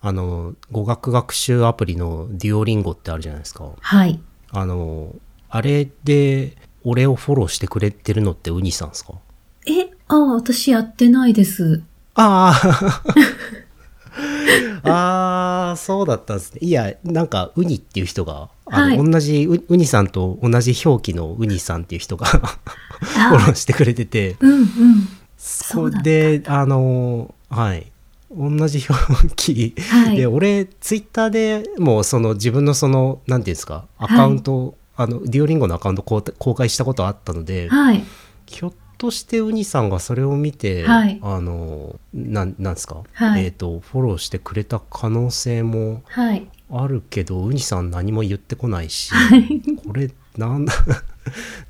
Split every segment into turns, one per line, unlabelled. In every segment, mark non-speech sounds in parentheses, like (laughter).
あの語学学習アプリのデュオリンゴってあるじゃないですか
はい。
あのあれで俺をフォローしてくれてるのってウニさんですか
え、ああ、私やってないです。
ああ (laughs) あーそうだったんですねいやなんかウニっていう人があの、
は
同じウウニさんと同じ表記のウニさんっていう人が (laughs) フォロ
あ
ーしてくれてて
うんうん。
そう
だった
であのはい同じ表記
はい
で俺ツイッターでもうその自分のそのなんていうんですかアカウントを、あのデュオリンゴのアカウント公公開したことあったので、
はい。
ひょっとしてウニさんがそれを見て、
はい
あのなんなんですか、
はい
えっ、とフォローしてくれた可能性も
はい。
あるけどウニさん何も言ってこないし、
はい
これなん (laughs) だ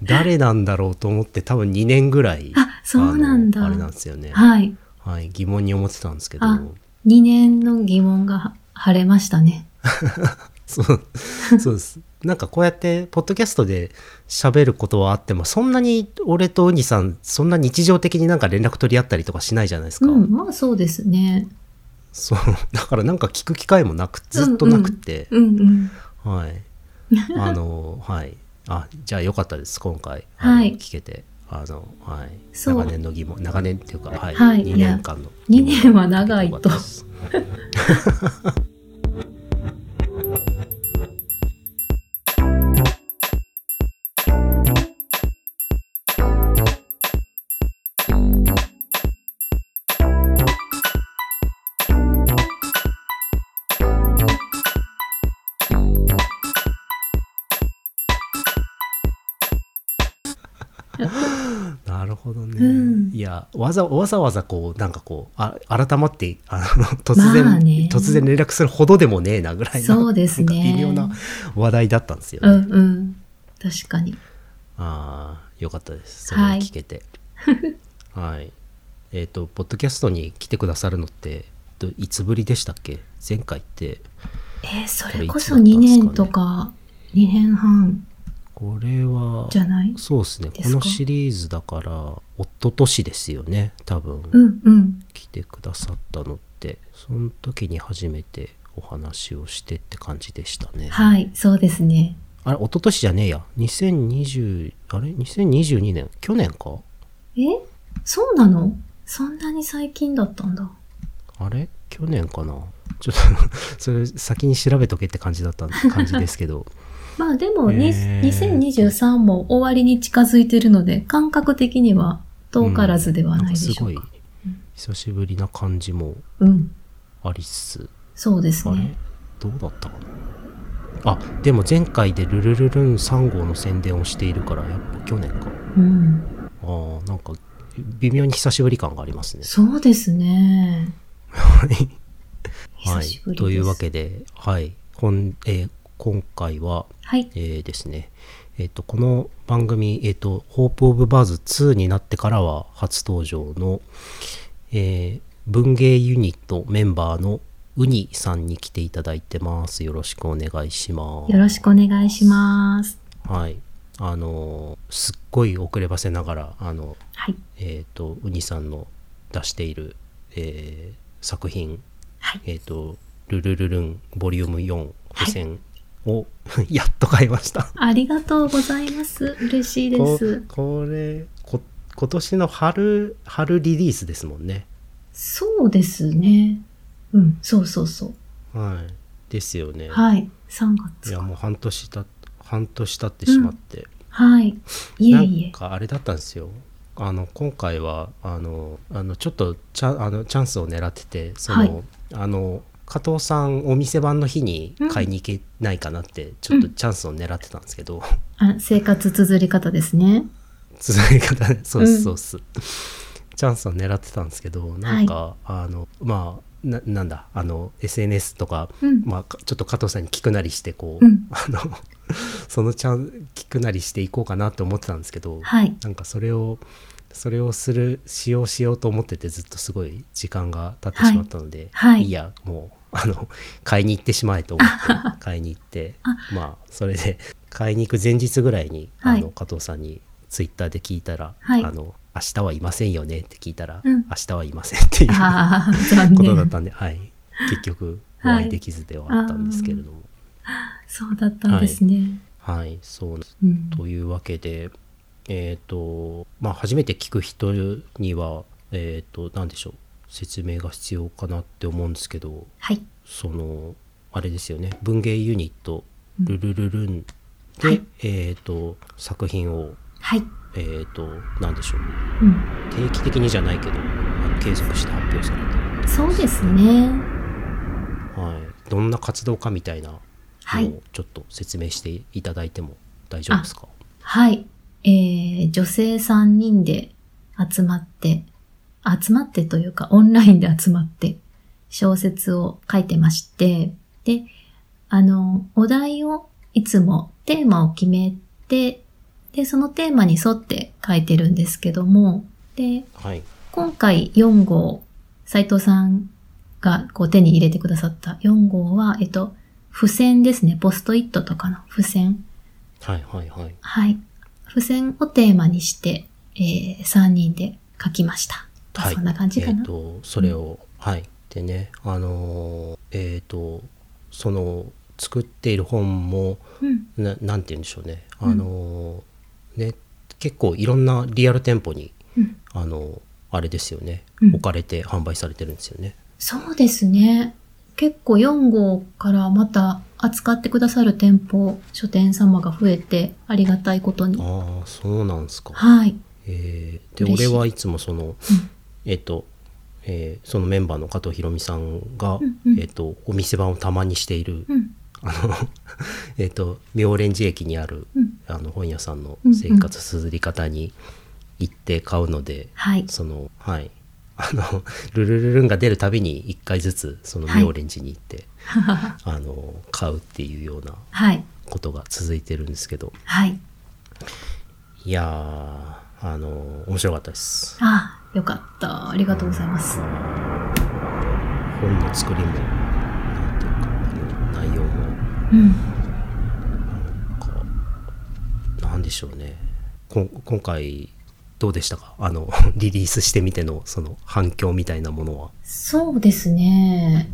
誰なんだろうと思って多分2年ぐらい
あ、そうなん
あ
だ。
のあれなんですよね、
はい。
はい、疑問に思ってたんですけど
あ、2年の疑問が晴れましたね。
そうそうです。なんかこうやってポッドキャストで喋ることはあってもそんなに俺とウニさんそんな日常的になんか連絡取り合ったりとかしないじゃないです
う
か、
ん、まあそうですね。
そうだからなんか聞く機会もなくずっとなくて、
うんうん。
はいあのはいあじゃあよかったです今回、
はい
あの聞けてあのはい
そう
長年の疑問長年っていうかはい、
はい
2年間の
いや二年は長いと
よかったですなるほどね、
うん
いやわざわざわざこうなんかこうあ改まってあの突然、
まあね
突然連絡するほどでもねえなぐらいの
そうですね
なんか微妙な話題だったんですよね、
うんうん。確かに。
ああよかったですそれを聞け
(laughs)
てはい、えっ、とポッドキャストに来てくださるのってどいつぶりでしたっけ前回って
えーそれこ
こ
そ
れいつだった
2
んですかね
年とか、2年半
これは
じゃない
そうですね
です
こ
か
のシリーズだから一昨年ですよね多分、
うんうん。
来てくださったのってその時に初めてお話をしてって感じでしたね、
はい、そうですね。
あれ一昨年じゃねえや2020あれ2022年去年か
えそうなのそんなに最近だったんだ。
あれ去年かなちょっと (laughs) それ先に調べとけって感じだった感じですけ
(laughs)
ど
まあでも、に
へー
2023も終わりに近づいてるので、感覚的には遠からずではないでしょう
なん
か
か。すごい久しぶりな感じも
うん、
ありつつ
そうです
あれ
ね。
どうだったかなあでも前回で「ルルルルン3号」の宣伝をしているからやっぱ去年か
うん。
あーなんか微妙に久しぶり感がありますね。
そうですね。
はい
久しぶりです。
というわけで、はいこんえー今回は、
はい。
えーですね、えー、とこの番組「えー、と Hope of Buzz 2」になってからは初登場の、えー文芸ユニットメンバーのウニさんに来ていただいてます。よろしくお願いします。
よろしくお願いします。
はい、あのーすっごい遅ればせながらあの
はい。
えー、とウニさんの出している、えー作品
はい
「えー、とルルルルンボリューム4付箋」を、 (laughs) やっと買いました
ありがとうございます。嬉しいで
こ
す。
これこ今年の春春リリースですもんね
そうですね。うん、そうそうそう。
はいですよね、
はい。3
い、
月
や
か。
もう半年た半年経ってしまって、
はい。いえい
な
え
ん。かあれだったんですよあの今回はあのあのちょっとチャあのチャンスを狙っててその、
はい
あの加藤さんお店番の日に買いに行けないかなって、ちょっとチャンスを狙ってたんですけど、
あ生活綴り方ですね。
続け方ねそうっ
う
す
ん
そうっす、チャンスを狙ってたんですけどなんか、あのまあななんだあの SNS とか、
うん
まあ、かちょっと加藤さんに聞くなりしてこう、
うん
(laughs) あのそのチャン聞くなりしていこうかなと思ってたんですけど、
はい。
なんかそれをそれをするしようしようと思っててずっとすごい時間が経ってしまったので、
はいはい
やもうあの買いに行ってしまえと思
(laughs)
って買いに行ってまあそれで買いに行く前日ぐらいに、
は
あ
い
の加藤さんにツイッターで聞いたら「
はい
あの明日はいませんよね」って聞いたら「
う
明
ん
日はいません」っていう
ああ、残
ことだっ
念。
たんで、はい、結局お
はい
会いできずではあったんですけれども。
そうだったんですね。
はい、そうなんです
うん。
というわけで、えっ、と、まあ、初めて聞く人には、えっ、と、なんでしょう、説明が必要かなって思うんですけど、
はい。
その、あれですよね、文芸ユニット、ルルルルンで、
はい
えっ、と、作品を、
はい。
えっ、と、なんでしょう、
うん。
定期的にじゃないけど、あの継続して発表されてる、
そうですね。
はい、どんな活動かみたいな
は
の
い
を。ちょっと説明していただいても大丈夫ですか
はい。えー、女性3人で集まって、集まってというか、オンラインで集まって、小説を書いてまして、で、あの、お題をいつもテーマを決めて、で、そのテーマに沿って書いてるんですけども、で、
はい、
今回4号、斉藤さんがこう手に入れてくださった4号は、えっと、付箋ですね。ポストイットとかの付箋。
はい、はい、はい。
はい。付箋をテーマにして、えー、3人で書きました。
はい、
そんな感じかな。
えっ、とそれを、はいでねあのーえっ、とその作っている本も
うん。
ななんて言うんでしょうねあのーね結構いろんなリアル店舗に
うん。
あのーあれですよね、
うん
置かれて販売されてるんですよね。
そうですね。結構4号からまた扱ってくださる店舗、書店様が増えてありがたいことに。
ああそうなんですか。
はい。
えーで
嬉しい
俺はいつもその、えっ、と、えーそのメンバーの加藤ひろみさんが、
うんうん
えっ、とお店番をたまにしている
うん。
あの、 (laughs) えっと、妙蓮寺駅にある、
うん
あの本屋さんの
うんうん
生活すずり方に行って買うので、
はい。
その、はい。あの、ルルルルンが出るたびに1回ずつ、その
はい
妙蓮寺に行
(laughs)
って、あの、買うっていうような
はい。
ことが続いてるんですけど、
はい。
いやー、あの、面白かったです。
ああ、よかった。ありがとうございます。
本の作りも、なんていうか、あの内容も、
うん。
かなんでしょうねこん今回どうでしたかあの (laughs) リリースしてみてのその反響みたいなものは
そうですね。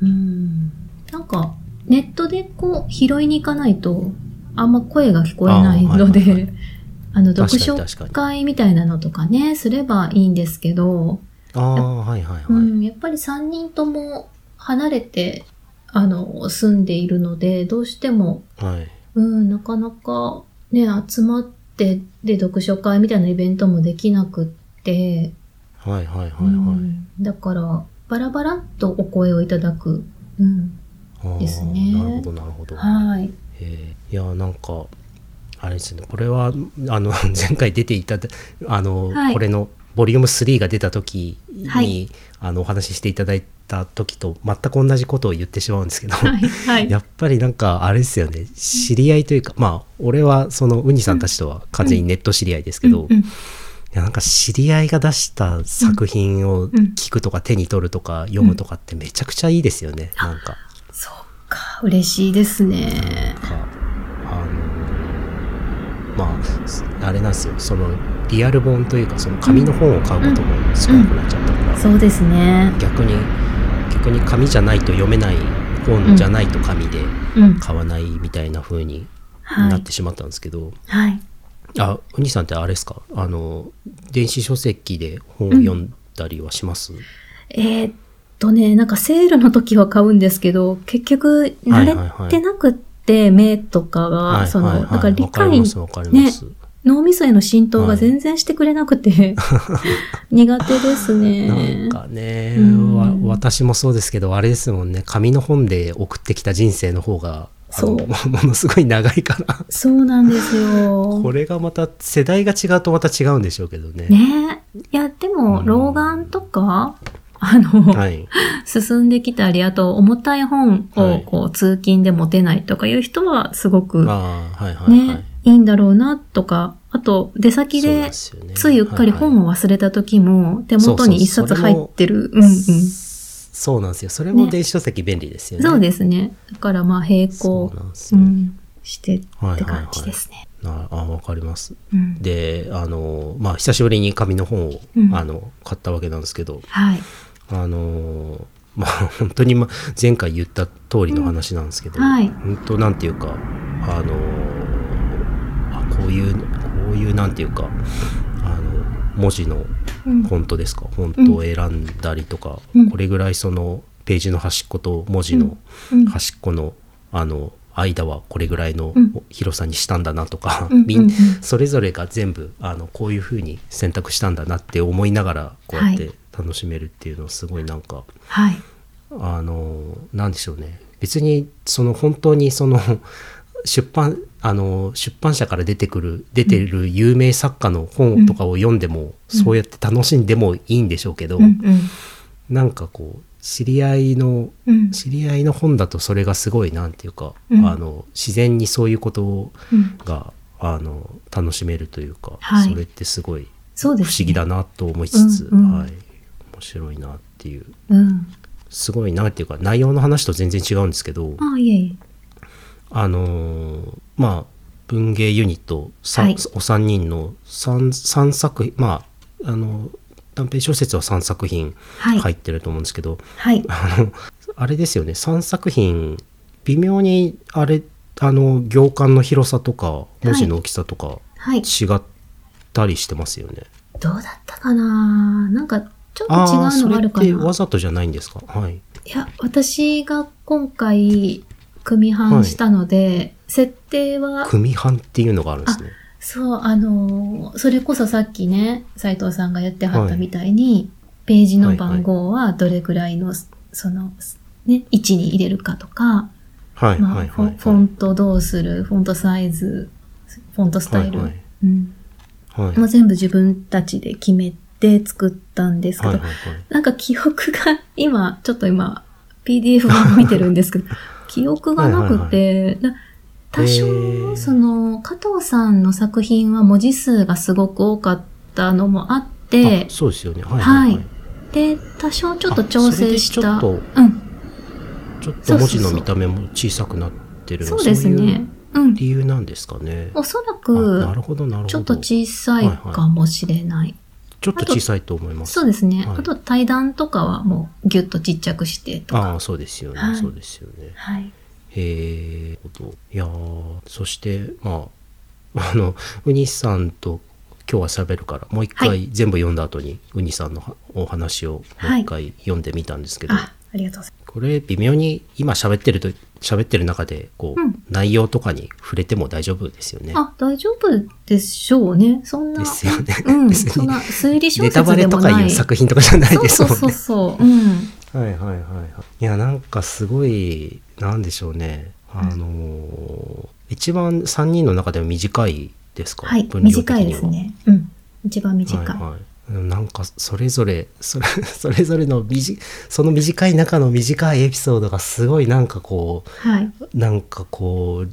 うん。なんか、ネットでこう、拾いに行かないと、あんま声が聞こえないの
あーはいはい
で、 (laughs) あの、
確か
読
に
書
確かに
会みたいなのとかね、すればいいんですけど、
ああはいはいはい、
うん、やっぱり3人とも離れて、あの、住んでいるので、どうしても、
はい
うん、なかなかね、集まって、で、読書会みたいなイベントもできなくって、
はいはいはいはい、
うんだからバラバラっとお声をいただく、うん、
あー
ですね
なるほどなるほど、
はい
えーいやなんかあれですねこれはあの (laughs) 前回出ていただあの、
はい
これのボリューム3が出た時に、
はい
あのお話ししていただいた時と全く同じことを言ってしまうんですけど、
はいは
(laughs)
い
やっぱりなんかあれですよね知り合いというかまあ俺はそのウニさんたちとは完全にネット知り合いですけど、
うんう
い
ん
やなんか知り合いが出した作品を聞くとか手に取るとか読むとかってめちゃくちゃいいですよね、なんか。
そっか嬉しいですね
なんかあのまああれなんですよそのリアル本というかその紙の本を買うことも少なくなっちゃったから、
そうですね
逆に逆に紙じゃないと読めない本じゃないと紙で
うん
買わないみたいな風に
は
なっ
い
てしまったんですけど、
はい
あウニさんってあれですかあの電子書籍で本を読んだりはします、
えーっとねなんかセールの時は買うんですけど結局慣れてなくって目とかがそのなんか理
わかり
解
ますわかります、
脳みそへの浸透が全然してくれなくて
(laughs)
苦手です
なん
ね
かね、
うん
わ私もそうですけどあれですもんね紙の本で送ってきた人生の方があの
そう
も (laughs) ものすごい長いから
そうなんですよ
これがまた世代が違うとまた違うんでしょうけどね。
ねえ。いや、でも、
うん
老眼とか、あの、
はい、
(laughs) 進んできたり、あと、重たい本
は
を、
い
こう、通勤で持てないとかいう人は、すごく、ね、
あーはいはいはい、
いいんだろうな、とか、あと、出先
そうなん
で
で、すよね
ついうっかり本を忘れた時も、手元に一冊入ってる。うんう
はいはい
ん。
そうなんですよそれも
ね
電子書籍便利ですよね。
そうですね。だから、まあ、並行
そう、なんです
う
よ
ん、してって感じですね。
なあわかります
うん
であのまあ久しぶりに紙の本を、
うん
あの買ったわけなんですけど
はい。
あのまあ、 (laughs) 本当に、ま、前回言った通りの話なんですけど、
うんはい
本当なんていうか、あのあこういうこういうなんていうかあの文字の
うん
フォントですか、フォントを選んだりとか、
うん
これぐらいそのページの端っこと文字の
うん
端っこの,、あの間はこれぐらいの
うん
広さにしたんだなとか、
うん
みん
うんうん
それぞれが全部あのこういうふうに選択したんだなって思いながらこうやっ
は
て楽しめるっていうのはすごいなんか、
はい。
あのなんでしょうね別にその本当にその出版あの出版社から出てくる出てる有名作家の本とかを読んでも、そうやって楽しんでもいいんでしょうけど、
うんうん
なんかこう知り合いの
うん
知り合いの本だとそれがすごいなんていうか、
うん
あの自然にそういうことを
うん
があの楽しめるというか、
はい
それってすごい
そ
不
うで
思
すね
議だなと思いつつ、
うんうん
はい、面白いなっていう
うん。
すごいなっていうか内容の話と全然違うんですけど、
ああ、いえい
あのーまあ文芸ユニット、さ
はい
お三人の三三作品まああの短編小説は3作品
え。はい。
入ってると思うんですけど、
はい。
(laughs) あの、あれですよね、3作品、微妙に、あれ、あの、行間の広さとか、文字の大きさとか、
はい。
違ったりしてますよね。
どうだったかななんか、ちょっと違
ああー、
う
そ
のがあ
れ
る
っ
か
てわ
な。
ざとじゃないんですかはい。
いや、私が今回、組版したので、設定は、
組版っていうのがあるんですね。
そう、あのーそれこそさっきね、斉藤さんがやってはっ
は
た
い
みたいに、ページ
は
の
いはい
番号はどれぐらいの、その、ね、位置に入れるかとか、
はい、
ま
は
あ、
い、
フォ
は
ン
い。
フォントどうする、フォントサイズ、フォントスタイル、
はいはい
うん、
はい。はい、は
もう
い、
全部自分たちで決めて作ったんですけど、
はい。はい
なんか記憶が、今、ちょっと今、PDF 版見てるんです
(laughs)
けど、記憶がなくて、な多
へー
少、その、加藤さんの作品は文字数がすごく多かったのもあっ
あ
て、
そうですよね。はい、はい、は
はいい。で、多少ちょっと調整した。
あそれで
うん、
ちょっと文字の見た目も小さくなってる
そうです
そうい
ね
う。
うん。
理由なんですかね。
おそら
あなる
く、
ほど、なるほど。
ちょっと小さいかもしれない。
ちょっと小さいと思います。
そうですね。
はい
あと、対談とかはもう、ぎゅっとちっちゃくしてとか。
ああそうですよね、
はい
そうですよね
はい。
へえいやーそしてまああ (laughs) のウニさんと今日は喋るからもう一
は
回全部読んだ後にウニさんのはお話をもう一回読んでみたんですけど、
あ、ありがとうござい
これ微妙に今喋ってると喋ってる中でこう、
うん
内容とかに触れても大丈夫ですよね。
ます。あ、大丈夫でしょうね。そんな。
ですよね。
う
(laughs)
ん、
別に
そんな推理小
ネタバ
説で
レと
も
か
ない。
いう作品とかじゃないですもんね。
そうそうそうそう。うん。
はいはいはいはい。いやなんかすごいなんでしょうね。あのー一番3人の中では短いですか。
はい、
分量的
短い
に
で
は
す。ね。うん。一番短い。
はいはいうん。なんかそれぞれ (laughs) それそれぞれの短いその短い中の短いエピソードがすごいなんかこ
はい。
うなんかこう。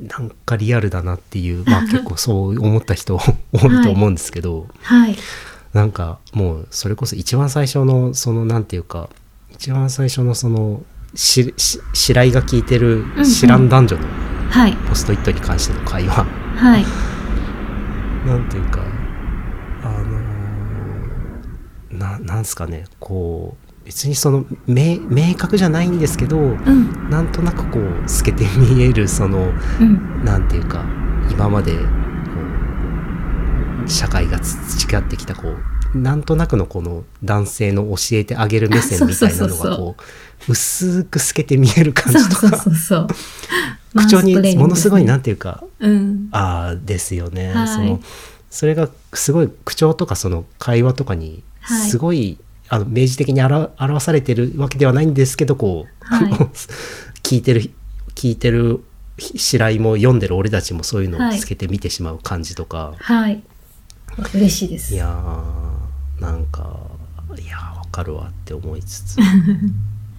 なんかリアルだなっていう、まあ、結構そう思った人多いと思うんですけど、
はい。
なんかもうそれこそ一番最初のそのなんていうか一番最初のそのしし白井が聞いてる
んうん
知らん男女の
はい。
ポストイットに関しての会話、 (laughs)
はい。
なんていうかあのーななんすかねこう別にその明明確じゃないんですけど
うん。
なんとなくこう透けて見えるその
うん。
なんていうか今までこう社会が培ってきたこうなんとなくのこの男性の教えてあげる目線みたいなの
そうそうそう
が
そ
こう薄く透けて見える感
そう
じと
そう
か
そうそう。
(laughs) 口調
マウスプレーニン
に
グ
ものすごい。なんていうか
うん。
ああですよね、
はい
そのそれがすごい口調とかその会話とかに
はい
すごい、あの明示的にあら表されてるわけではないんですけどこう、
はい
(laughs) 聞いてる聞いてる白井も読んでる俺たちもそういうのを
はい
つけて見てしまう感じとか、
はい。嬉しいで
い、
す。
やーなんかいやーわかるわって思いつ
(laughs)
つ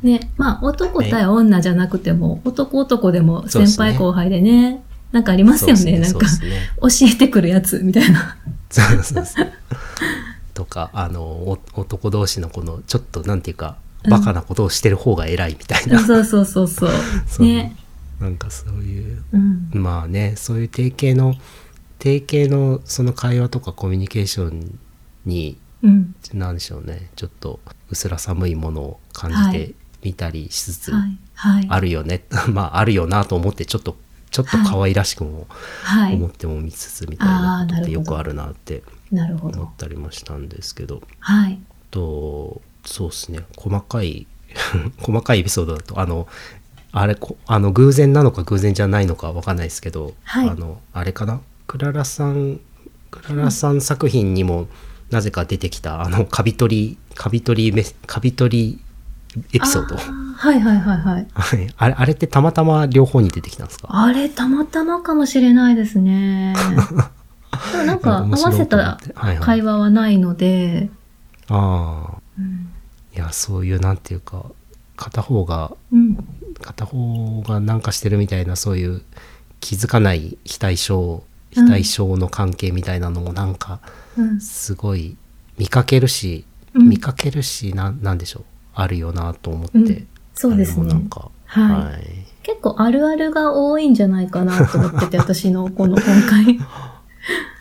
ね。まあ、男対女じゃなくても、男男でも
そうで
先
すね
輩後輩でね、なんかありますよね。なん
そう
か
で、すね
教えてくるやつみたいな。
そうそうそう。とかあのお男同士のこのちょっとなんていうかバカなことをしてる方が偉いみたいな、
そうそうそうそう。
そう
ね。
なんかそういう
うん。
まあねそういう定型の定型のその会話とかコミュニケーションに
うん。
なんでしょうねちょっと薄ら寒いものを感じ
は
てみたりしつつ、
はい。はい。
あるよね (laughs) まああるよなと思ってちょっとちょっと可愛らしくも
は
思っ
い。
ても見つつみたいなことってよくあるなって
なるほ
思
ど
っ。たりもしたんですけど
はい。
とそうですね細かい (laughs) 細かいエピソードだとあのあれこあの偶然なのか偶然じゃないのかわかんないですけど、
はい
あのあれかなクララさんクララさん作品にもなぜか出てきた、あのカビ取りカビ取りメスカビ取りエピソード
あはいはいはいはい。
(laughs) はいあれあれってたまたま両方に出てきたんですか
あれ、たまたまかもしれないですね。
(laughs)
でもなんか、合
面
わ
白
せ
いと思ったてはいはい
会話はないので、
ああ
うん
いやそういうなんていうか片方が
うん。
片方がなんかしてるみたいなそういう気づかない非対称
う
非
ん
対称の関係みたいなのもなんか
うん。
すごい見かけるし、
うん
見かけるしななんでしょうあるよなと思って、
うんそうです
あれもなん
ね。
か
はい
い
結構あるあるが多いんじゃないかなと思っ
(laughs)
てて、私のこの今回。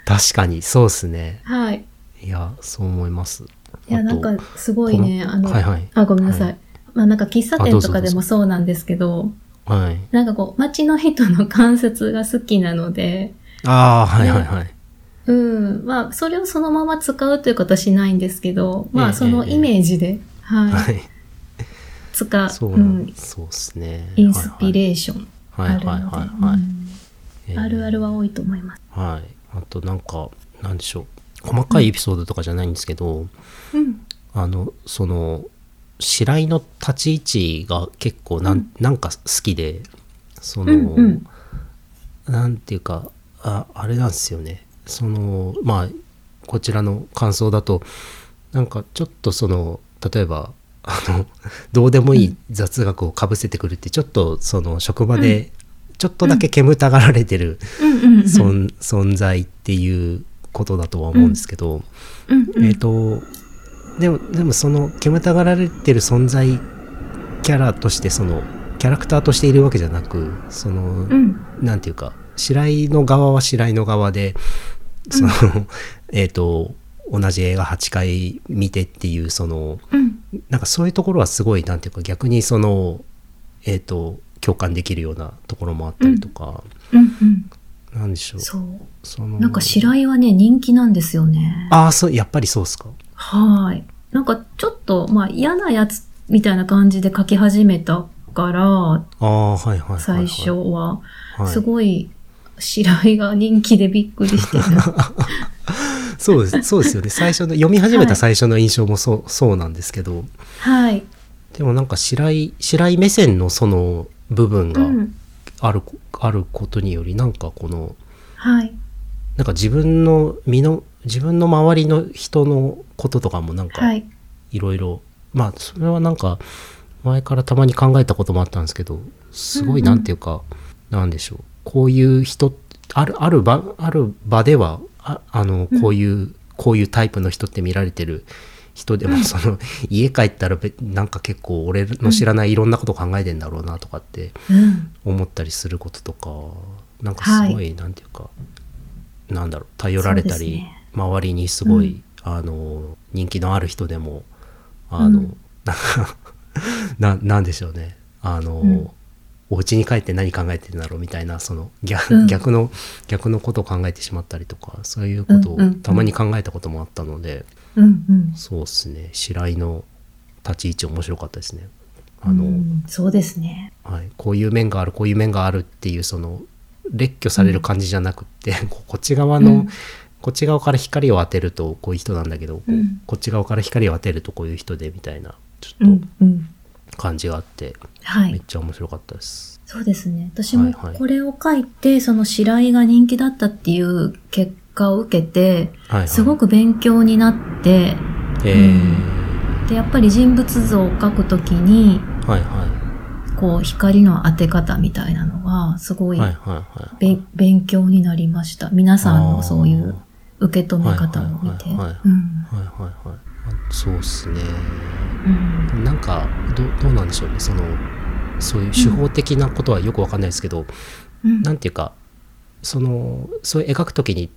確かにそうですね
はい。
いやそう思います
いや、
あ
な
と
んかすごいね、
この
あの、
はいはい
あ、ごめんなさい。
は
まあなんか喫茶
あ
店
どう
と
ぞ
かで
どう
もそうなんですけど、
はい
なんかこう、街の人の関節が好きなので、
ああはいはいはい、
うん、まあ、それをそのまま使うということはしないんですけど、ま
え
あ、
え
そのイメージで、は、
はいい
使う、
そう
う
なん、
ん、
そうですね
インスピレーション
はい
あ
は
る
いはい
ので
はいはい、
う
え
ん
ー
あるあるは多いと思います。
はい。あとなんか、なんでしょう。細かいエピソードとかじゃないんですけど、
うん、
あの、その、白井の立ち位置が結構なん、なんか好きで、その、
うんうん
なんていうか、ああれなんですよね。その、まあ、こちらの感想だと、なんかちょっとその、例えば、あの、どうでもいい雑学をかぶせてくるって、ちょっとその職場で、ちょっとだけ煙たがられてる、
うん、うん、うん。
そん (laughs) 存在っていうことだとは思うんですけど、
うん、うん
えっ、とでもでもその煙たがられてる存在キャラとしてそのキャラクターとしているわけじゃなくその、
うん、
なんていうか白井の側は白井の側でその、 (laughs) えっと同じ映画8回見てっていうその
うん、
なんかそういうところはすごいなんていうか逆にそのえっ、と共感できるようなところもあったりとか、
うん、うん。
なんでしょう
そう。
その
なんか白井はね、人気なんですよね。
ああ、そう、やっぱりそうっすか。
はい。なんかちょっと、まあ嫌なやつみたいな感じで書き始めたから、
ああ、はいはいはい、はい。
最初は。
はい
すごい、白井が人気でびっくりして
(laughs)
た。
そうです。そうですよね。最初の、読み始め
はい
た最初の印象もそう、そうなんですけど、
はい。
でもなんか白井、白井目線のその部分
う
が
ん。
ある、あることにより、なんかこの、
はい。
なんか自分の身の、自分の周りの人のこととかもなんか、
はい。
いろいろ、まあ、それはなんか、前からたまに考えたこともあったんですけど、すごい
うんうん
なんていうか、なんでしょう。こういう人、ある、ある場、ある場では、ああの、こういう、こういうタイプの人って見られてる人でも、その、家帰ったらべ、なんか結構俺の知らないいろんなこと考えてんだろうなとかって
うん。
思ったりすることとか、なんかすご、
はい
なんていうか、なんだろう、頼られた
そうです
り、
ね
周りにすごい、
うん
あの人気のある人でもあの、
うん
なんか (laughs) ななんでしょうねあの、
うん
お家に帰って何考えてるんだろうみたいなその逆,、
うん
逆の逆のことを考えてしまったりとかそういうこと
うんうんう
を
ん
たまに考えたこともあったので、
うんうん。
そうですね白井の立ち位置面白かったですね。あの
うんそうですね。
はい、こういう面があるこういう面があるっていうその列挙される感じじゃなくって、ここっち側の、
うん
こっち側から光を当てるとこういう人なんだけど、こう
うん
こっち側から光を当てるとこういう人でみたいなち
う
ょっ
んうん。
と感じがあって、
は
めっ
い。
ちゃ面白かったです。
そうですね。私も
はいはい
これを書いて、その白井が人気だったっていう結果を受けて、
はいはい、
すご
く、
く勉強になって、
え
で、やっぱり人物像を書くときに、
はいは
こう光の当て方みたいなのがすご
い
い
はいはいはい
べ勉強になりました。皆さんのそういう受け止め方を見て。
はいはいはいはい
うん
はいはいはいあそうですね
うん
なんかどどうなんでしょうねそのそういう手法的なことはよくわかんないですけど、
うん
なんていうかそのそういう描くときに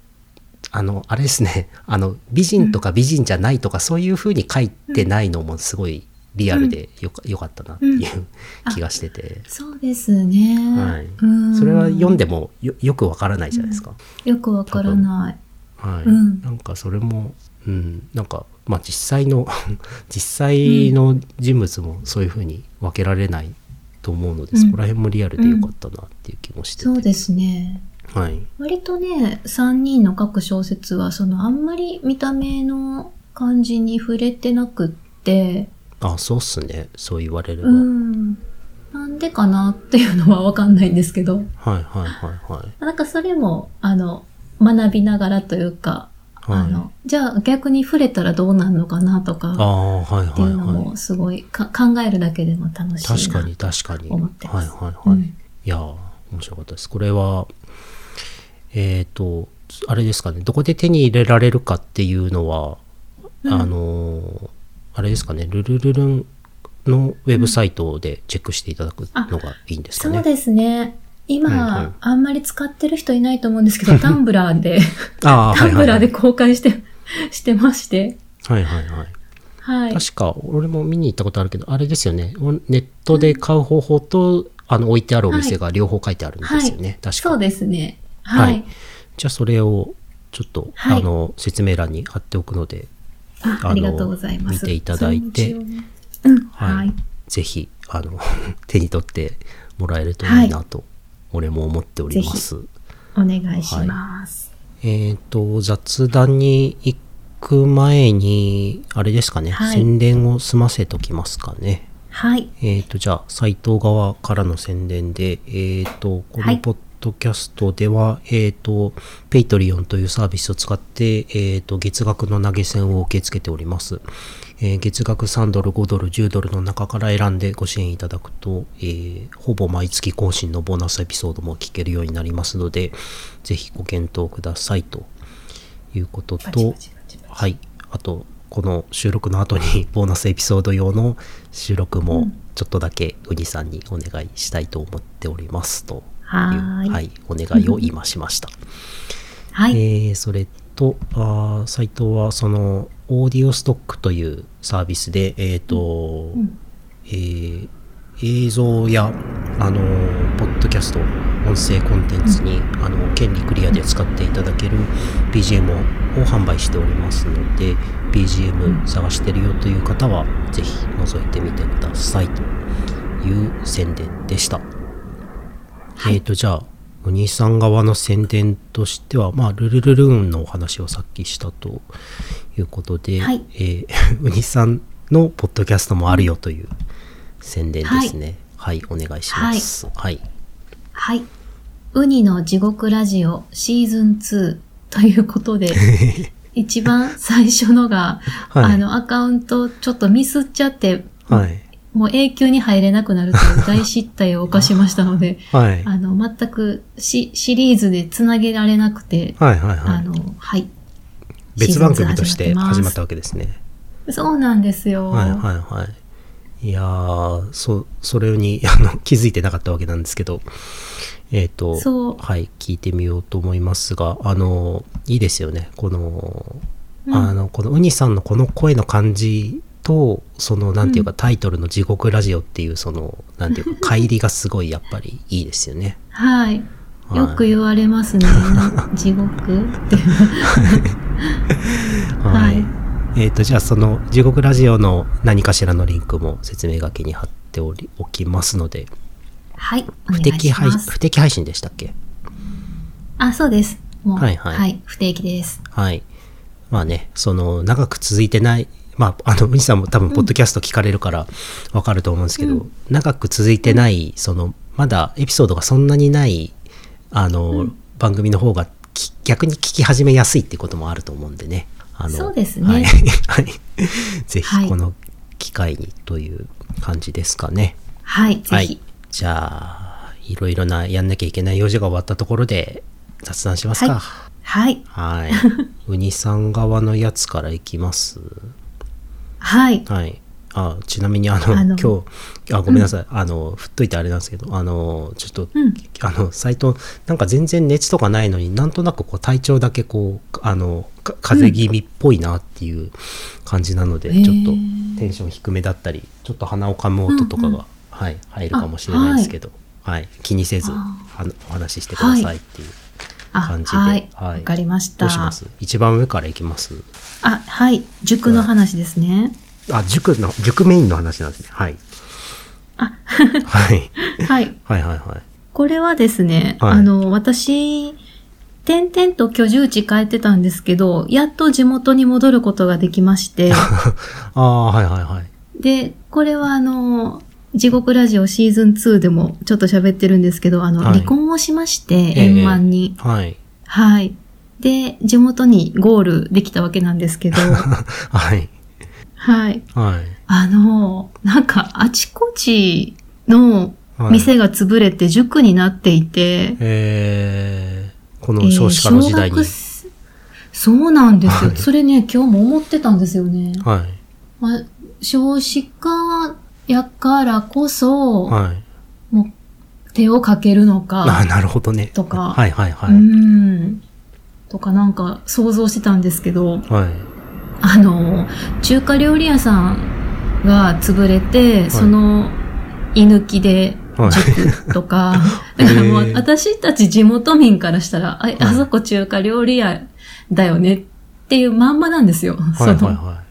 あの、あれですね、 (laughs) あの、美人とか美人じゃないとか、そういうふうに書いてないのもすごいリアルでよか,、よかったなっていう (laughs)
あ
気がしてて、
そうですね。
はい
うん
それは読んでもよよくわからないじゃないですか。
よくわからない。
はい、
うん
なんかそれも、うん、なんか、まあ、実際の (laughs) 実際の人物もそういうふうに分けられないと思うので、
うん
そこら辺もリアルでよかったなっていう気もしてて、
そうですね。
はい、
割とね、3人の書く小説は、そのあんまり見た目の感じに触れてなくって、
あそうっすねそう言われれば、
うん。なんでかなっていうのはわかんないんですけど、
はいはいはいはい
なんかそれも、あの、学びながらというか、
はい
あの、じゃあ逆に触れたらどうなるのかなと
あ
か、
あはい
って
はい
いうの
はい
もすごいか、考えるだけでも楽しいな。
確かに確かに
思ってます
はいはいは
う
い、
ん。
いやー面白かったですこれはえっ、とあれですかねどこで手に入れられるかっていうのは
うん
あのーあれですかね、ルルルルンのウェブサイトでチェックしていただくのがいいんですかね。
そうですね。今、
はいはい
あんまり使ってる人いないと思うんですけ
(laughs)
ど、タンブラーで、
ああ、
タ
はいはい、
ンブ
は
ラーで
い。
公開して、
(laughs)
してまして。
はいはいはい。
はい。
確か、俺も見に行ったことあるけど、あれですよね。おネットで買う方法と、あの、置いてあるお店が両方書いてあるんですよね。確
そ
か
う。ですね。はい。
はいじゃあ、それを、ちょっと、
はい
あの、説明欄に貼っておくので、
あ
あの
ありがとうございま
見
す。
ていただいて
そのうちをねうん。
はい
はい。
ぜひ、あの、 (laughs) 手に取ってもらえるといいなと、俺も思っております。
お願いします。
えっ、と、雑談に行く前に、あれですかね、
はい
宣伝を済ませときますかね。
はい。
えっ、と、じゃあ、斎藤側からの宣伝で、えっ、と、こ
は
の
い
ポッドキャストでは、えっ、と、ペイトリオンというサービスを使って、えっ、と、月額の投げ銭を受け付けております。えー月額3ドル、5ドル、10ドルの中から選んでご支援いただくと、えーほぼ毎月更新のボーナスエピソードも聞けるようになりますので、ぜひご検討くださいということ
パチ
と
パ、チパチパチ
はい。あと、この収録の後
(laughs)
にボーナスエピソード用の収録
う
も
ん
ちょっとだけウニさんにお願いしたいと思っておりますという、
はーい
はい、お願いを今しました。
はい。
えーそれと、あー斉藤はその、オーディオストックというサービスで、えっ、と、
うん
えー映像や、あのーポッドキャスト、音声コンテンツに、あの、権利クリアで使っていただける BGM を販売しておりますので、BGM 探してるよという方は、ぜひ覗いてみてくださいという宣伝でした。
はい
えっ、と、じゃあ、お兄さん側の宣伝としては、まあ、ルルルルーンのお話をさっきしたということで、
はい
えー (laughs) お兄さんのポッドキャストもあるよという宣伝ですね。はい、お願いします。はい。
はい。ウニの地獄ラジオシーズン2というこ
(laughs)
とで、一番最初のが、
はい
あの、アカウントちょっとミスっちゃって、
はい。
もう永久に入れなくなるという大失態を犯しましたので、
はい。
あの、全くシシリーズでつなげられなくて、
はい、はい、は
あ
い。
の、はい。
別番組として始まった
ま
わけですね。
す。そうなんですよ。
はい、はい、はい。いやー、そ、それに、あの、気づいてなかったわけなんですけど、えっ、と、
そう
はい、聞いてみようと思いますが、あの、いいですよね。この、
うん
あの、このウニさんのこの声の感じと、その、なんていうか、
う
タイトルの地獄ラジオっていう、その、なんていう
(laughs)
か、乖離がすごい、やっぱりいいですよね。
はい。
はい
よく言われますね。な地獄っていう。
は
はいい。
えっ、と、じゃあ、その、地獄ラジオの何かしらのリンクも説明書きに貼っており、おきますので、
はい。お願
不
い
適
し
配、
ます
不。適配信でしたっけ
あ、そうです。もう、
は
はいい、
はい
不定期です。
はい。まあね、その、長く続いてない、まあ、あの、ウニさんも多分、ポッドキャスト聞かれるから、わかると思うんですけど、
うん
長く続いてない、その、まだエピソードがそんなにない、あの、番組の方が、き逆に聞き始めやすいってこともあると思うんでね。あの
そうですね
はい。 (laughs) はい、ぜ
は
ひ、
い
この機会にという感じですかね。
はい、ぜ
はい
ひ。。
じゃあ、いろいろなやんなきゃいけない用事が終わったところで、雑談しますか。
はい。
はい。ウニさん側のやつからいきます。
はい。
はい。あちなみにあの
あの
今日あごめんなさい、あの振っといてあれなんですけどあのちょっと、
うん
あのサイトなんか全然熱とかないのになんとなくこう体調だけこうあのか風邪気味っぽいなっていう感じなので、
へー
ちょっとテンション低めだったりちょっと鼻をかむ音とかが、
うんうん
はい、入るかもしれないですけど、はい気にせず
あ
あのお話ししてくださいっていう、
あ、
感じで
はい。わ、
はい
かりまし
ど
た。
うします一番上からいきます
あ、はい。塾の話ですね。
あ塾の塾メインの話なんですねはい。
(laughs)
はい
はい。
はいはいはい。 (laughs)
これはですね、
はい
あの、私、点々と居住地変えてたんですけど、やっと地元に戻ることができ
(laughs)
まして、
ああ、はいはいはい。
で、これはあの、地獄ラジオシーズン2でもちょっと喋ってるんですけど、あの、
はい
離婚をしまして、
え
円満に。
はい。 (laughs)
はい。で、地元にゴールできたわけなんです
(laughs)
けど、
はい。
はい。
はい。
あの、なんか、あちこちの
はい、
店が潰れて塾になっていて、
えー、こ
え
の
ー
少子化の時代に。
小学生そうなんですよ。
はい
それね、今日も思ってたんですよね。
はい。
まあ、少子化やからこそ、
はい。
もう手をかけるのか、
あなるほどね。
とか
はいはいは
う
い。
ん、とかなんか想像してたんですけど、
はい。
あの、中華料理屋さんが潰れて、その、居抜きで
はい
塾
(laughs)
とか、
へー
だからもう私たち地元民からしたら、ああそこ中華料理屋だよねっていうまんまなんですよ。
はいはい
その
は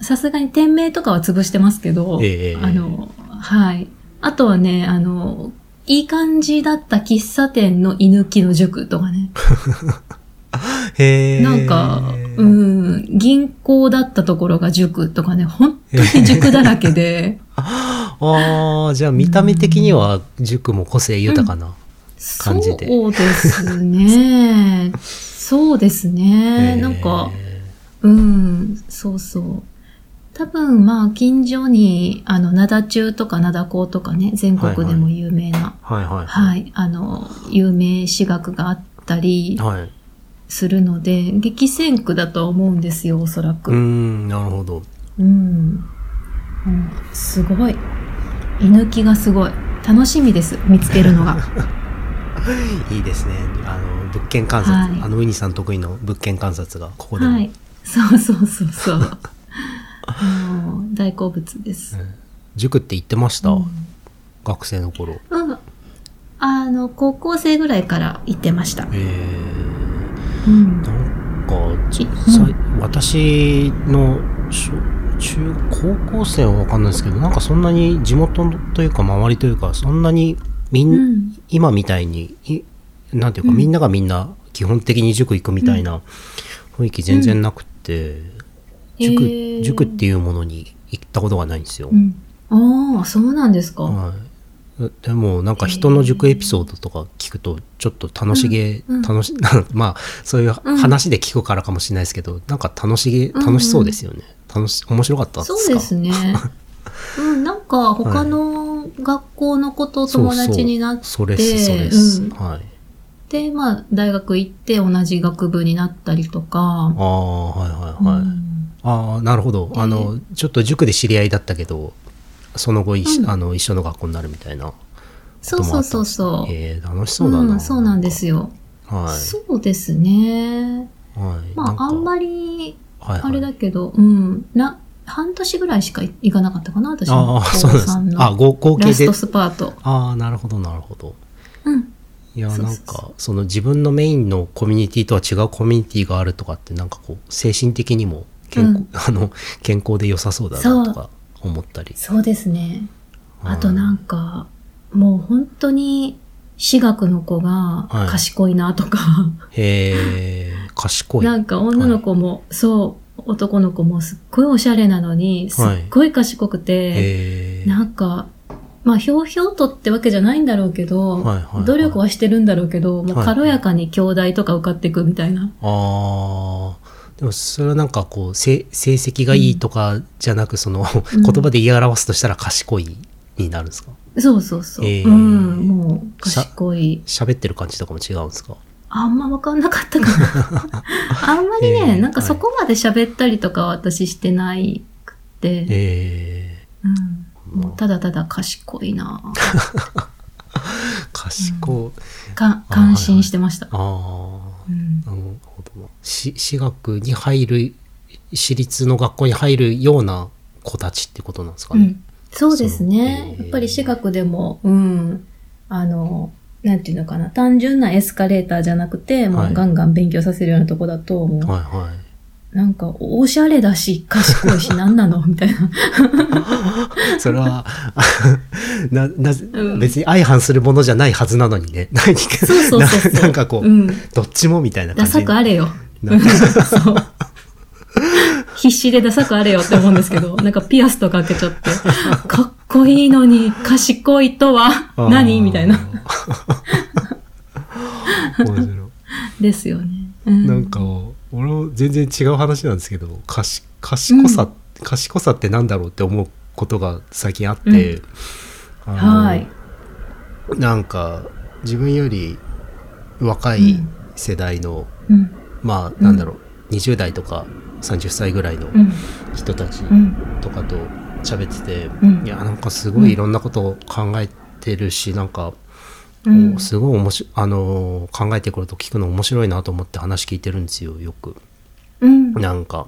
さすがに店名とかは潰してますけど、
ええ
あの、はい。あとはね、あの、いい感じだった喫茶店の居抜きの塾とかね。
い。へー
なんか、うん、銀行だったところが塾とかね、本当に塾だらけ (laughs) で、
ああ、じゃあ見た目的には塾も個性豊かな。感じで
そうで
(laughs)
すね。そうです
え
ね。
ー
なんか、うん、そうそう。多分、まあ、近所に、あの、灘中とか灘高とかね、全国でも有名な、
はいはい。
はいい、あの、有名私学があったり
はい。う
するので、激戦区だと思うんですよ、おそらく。
ーん、なるほど。
うん、うん、すごい居抜きがすごい楽しみです見つけるの
(laughs)
が
いいですね。あの、物件観察。
はい
あの、ウニさん得意の物件観察が、ここでも。
はいそうそうそうそうもう大好物です、
塾って行ってました、
うん
学生の頃。
うんあの高校生ぐらいから行ってました、
えー、
うん、
なんか、ち
い
さ
う
私の小中高校生は分かんないですけどなんかそんなに地元というか周りというかそんなにみん、
うん
今みたいにいなんていうか、
うん
みんながみんな基本的に塾行くみたいな雰囲気全然なくて、塾
へー
塾っていうものに行ったことがないんですよ。
うん、ああそうなんですか、
はい、でもなんか人の塾エピソードとか聞くとちょっと楽しげ、
うんうん
楽し (laughs) まあそういう話で聞くからかもしれないですけど、なんか楽しげ
んうん
楽しそうですよね、楽し面白かったですか
そうですねうん、なんか他の学校の子と
そう
友達になって、
そうそれですそれです、
うん
はい
で、まあ、大学行って同じ学部になったりとか。
ああはいはいはい、
うん
ああなるほどあのちょっと塾で知り合いだったけどその後いし、
うん
あの一緒の学校になるみたいな
そうそうそうそう。
えー、楽しそうだな、
ん、そうなんですよ。
は
そうですね。
いはい
まあ、あん
り
まり、
はいは
あ
い
れだけど、うん、な、半年ぐらいしか行かなかったかな、私
あ
の
あ、
高
そうな
三
んです。あ、
の
合合
ラ
計
ス
で
ト。スパート。
ああ、なるほど、なるほど。
うん。
いや、
そう
なん
そうそう
か、その自分のメインのコミュニティとは違うコミュニティがあるとかって、なんかこう、精神的にも健康、あの、健康で良さそうだなとか思ったり。
そうですね。あとなんんか、もう本当に、私学の子が
はい
賢いなとか、
へえ、賢い。
なんか女の子も、そう、男の子もすっごいおしゃれなのに、すっごい賢くて、
へえ。
なんか、まあ、ひょうひょうとってわけじゃないんだろうけ
は
ど、
いはいはい
努力はしてるんだろうけど、もう
はい
軽やかに兄弟とか受かっていくみたいな。
ああ。でもそれはなんかこうせ成績がいいとかじゃなく、その
ん
言葉で言い表すとしたら賢いになるんですか
そうそうそう。
へー
うん、もう、賢い。
喋ってる感じとかも違うんですか
あんまわかんなかったか
(laughs)
な。あんまり
へ
ね、
ー
なんかそこまで喋ったりとかは私してないくて。
ええ
うん。もうただただ賢いな
(laughs)
ぁ
賢い。
か、感心してました。
ああ、。
うん
なるほどな。し私学に入る、私立の学校に入るような子たちってことなんですか
う
ね。
ん、そうです
そ
ね。
う
やっぱり私学でも、うん、あの、なんていうのかな、単純なエスカレーターじゃなくて、
は
も
いう
ガンガン勉強させるようなとこだと、もう、
はいはい。 (laughs)
なんか、おしゃれだし、賢いし、何なのみたい
(laughs)
な。
それは、 (laughs) な、なぜ、
うん
別に相反するものじゃないはずなのにね。何か
そうそうそうそう。
ななんか (laughs) こう、
うん。
どっちもみたいな感
ダ
じ
サ
に
くあれよ。
な
そう。必死でダサくあれよって思うんで
(laughs)
すけど、なんかピアスとか開けちゃって、かっこいいのに、賢いとは
あー
何みたいな。。
(laughs) 面白い。
ですよね。うん
なんか、俺も全然違う話なんですけど、かし賢さ、
う
賢さってなんだろうって思うことが最近あって、あの
はい。
なんか自分より若
う
い
ん
世代の、
うん。
まあなんだろう、20代とか30歳ぐらいの
うん。
人たち
うん。
とかと喋ってて、
うん
いやなんかすごいいろんなことを考えてるし、なんか
うん
すごい面白いあのー考えてくると聞くの面白いなと思って話聞いてるんですよよく。
うん。
なんか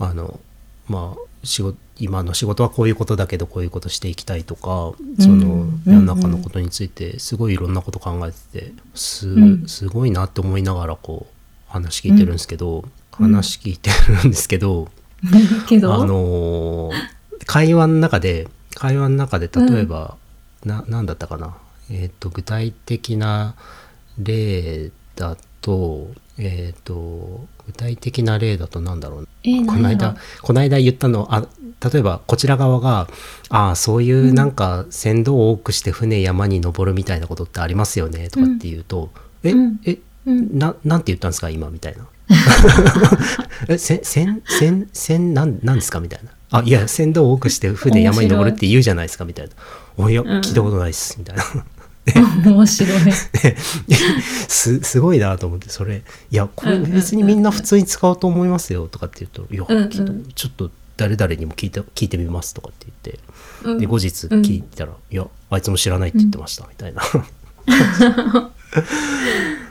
あのまあ仕事今の仕事はこういうことだけどこういうことしていきたいとかその
うん
世の中のことについてすごいいろんなこと考えててす
うん
すごいなって思いながらこう話聞いてるんですけど、話聞いてるんですけど、
(laughs) け
あ
ど、
のー会話の中で会話の中で例えば、ななんだったかな、えー、と具体的な例だと,、えー、と具体的な例だとなんだろうな
えー、
この
なんだ
間
ろう、
この間言ったの、あ、例えばこちら側が、ああ、そういうなんか船頭を多くして船山に登るみたいなことってありますよね、とかって言うと、え、
うん
え、
うん、
な、なんて言ったんですか、今、みた
(laughs)
いな。え、せ、せん、せん、せん、なん、なんですか、みたいな。あ、いや、船頭を多くして船山に登るって言うじゃないですか、みたいな。おいや、
うん
聞いたことないっす、みたいな。
(laughs)
(laughs)
面白い。
す (laughs) すごいなと思ってそれ「いやこれ
うんうん
別にみんな普通に使うと思いますよ」とかって言うと「いや
うんうん
きっとちょっと誰々にも聞いて聞いてみます」とかって言って
うん
で後日聞いたら「いやあいつも知らないって言ってました」みたいな (laughs)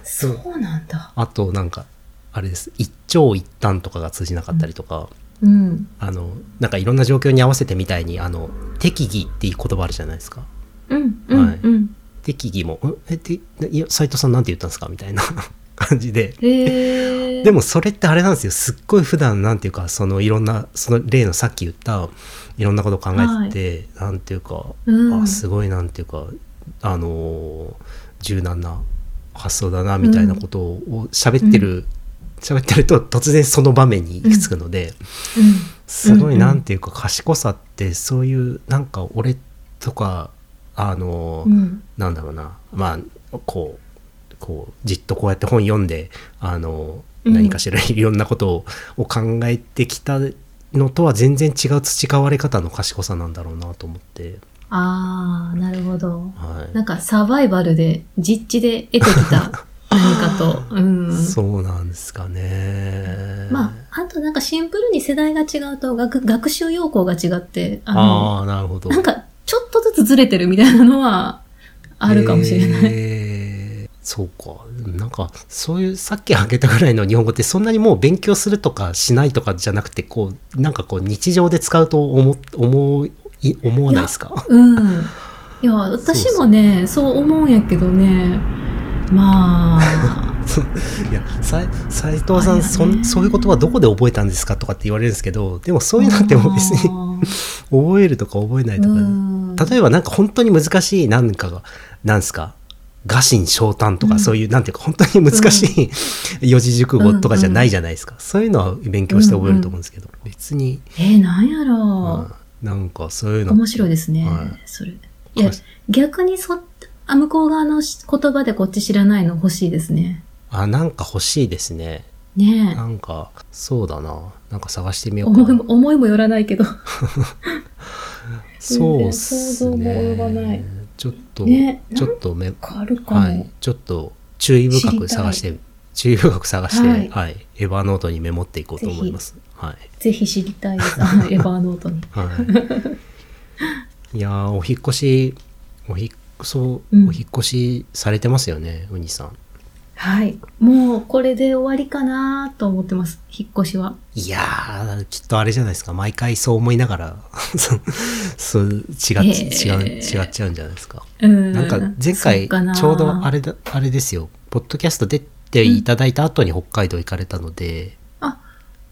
そうなんだ。
あとなんかあれです一長一短とかが通じなかったりとか
うん。
あのなんかいろんな状況に合わせてみたいにあの適宜っていう言葉あるじゃないですか
うん。う
はい
ん。うん。
適宜も「んえていや斉藤さんなんて言ったんですか?」みたいな (laughs) 感じで
えー。
でもそれってあれなんですよすっごい普段なんていうかそのいろんなその例のさっき言ったいろんなことを考えてて、なんていうか、
うん
あすごいなんていうかあのー柔軟な発想だなみたいなことを喋ってる喋、ってると突然その場面に行き着くので、すごいなんていうか賢さってそういうなんか俺とかあのー
うん。うん。
なんだろうなまあこうこうじっとこうやって本読んであの
うん
何かしら (laughs) いろんなことを,、を考えてきたのとは全然違う培われ方の賢さなんだろうなと思って、
あー、なるほど。
は
なんかサバイバルで、実地で得てき (laughs) た何かと。うん
い、。そうなんですかね。
まあ、あとなんかシンプルに世代が違うと学、学習要項が違って、あの、
ああーなるほど。
なんかちょっとずつずれてるみたいなのは、あるかもしれない。
えーそうかなんかそういうさっき挙げたぐらいの日本語ってそんなにもう勉強するとかしないとかじゃなくてこうなんかこう日常で使うと思思い思わないですか
うん。いや、私もね、そう思うんやけどね、まあ、
いや斎藤さ
あれ
ん
だね
そんそういう言葉どこで覚えたんですかとかって言われるんですけどでも (laughs) そういうのってもう別に覚えるとか覚えないとか、
(laughs) うん
例えばなんか本当に難しい何かが何ですか臥薪嘗胆とかそういう、なんていうか本当に難しい、四字熟語とかじゃないじゃないですか、そういうのは勉強して覚えると思うんですけど、別に、
えー、なんやろ
まあなんかそういう
う。
の
面白いですね、
はい
それ。いや、逆にそ、あ向こう側のし言葉でこっち知らないの欲しいですね。
あなんか欲しいですね
ね
なんかそうだななんか探してみ
え。
ようか
思
な
いも思いもよらないけど。 (laughs)
そうっす
全
ね
然想像も及ばない
ちょっと、
ね
ちょっとめ
変わるかも。
はい、ちょっと注意深く探して注意深く探して、は
はいい
エヴァノートにメモっていこうと思います。はい、 (laughs)
ぜひ知りたいです。あのエヴァーノートに。
はい、
(laughs)
いやーお引っ越しおひそう、
うん
お引っ越しされてますよねウニさん
はい。もうこれで終わりかなと思ってます。引っ越しは。
いやーきっとあれじゃないですか毎回そう思いながら (laughs) そそう違っ,、違う
えー
違っちゃうんじゃないですか
うん。
なんか前
そ
回
かな
ちょうどあれだあれですよポッドキャスト出ていただいた後に北海道行かれたので、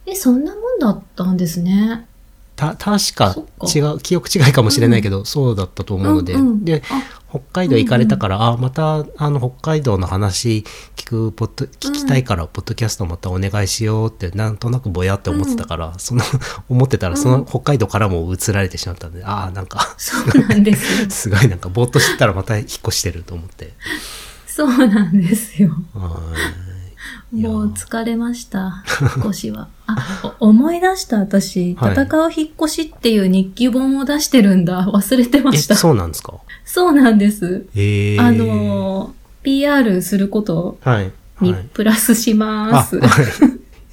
え、そんなもんだったんですね。
た確か
そっか
違う記憶違いかもしれないけど、そうだったと思うので、
うんうん
で
あ、
北海道行かれたから、あまたあの北海道の話聞くポッド聞きたいから、ポッドキャストまたお願いしようってなんとなくぼやって思ってたから、その (laughs) 思ってたらその北海道からも移られてしまったんで、ああなんか (laughs)
そうなんですよ。
すごいなんかぼーっとしてたらまた引っ越してると思って。
そうなんですよ。
はーいいやー
もう疲れま
(laughs)
した、引っ越しは。あ、お思い出した私、
はい
戦う引っ越しっていう日記本を出してるんだ。忘れてま
え
した。そ
そうなんですか
うなんです。
えー、
あのー、PR すること
はい、
に
はい、
プラスします。
あはい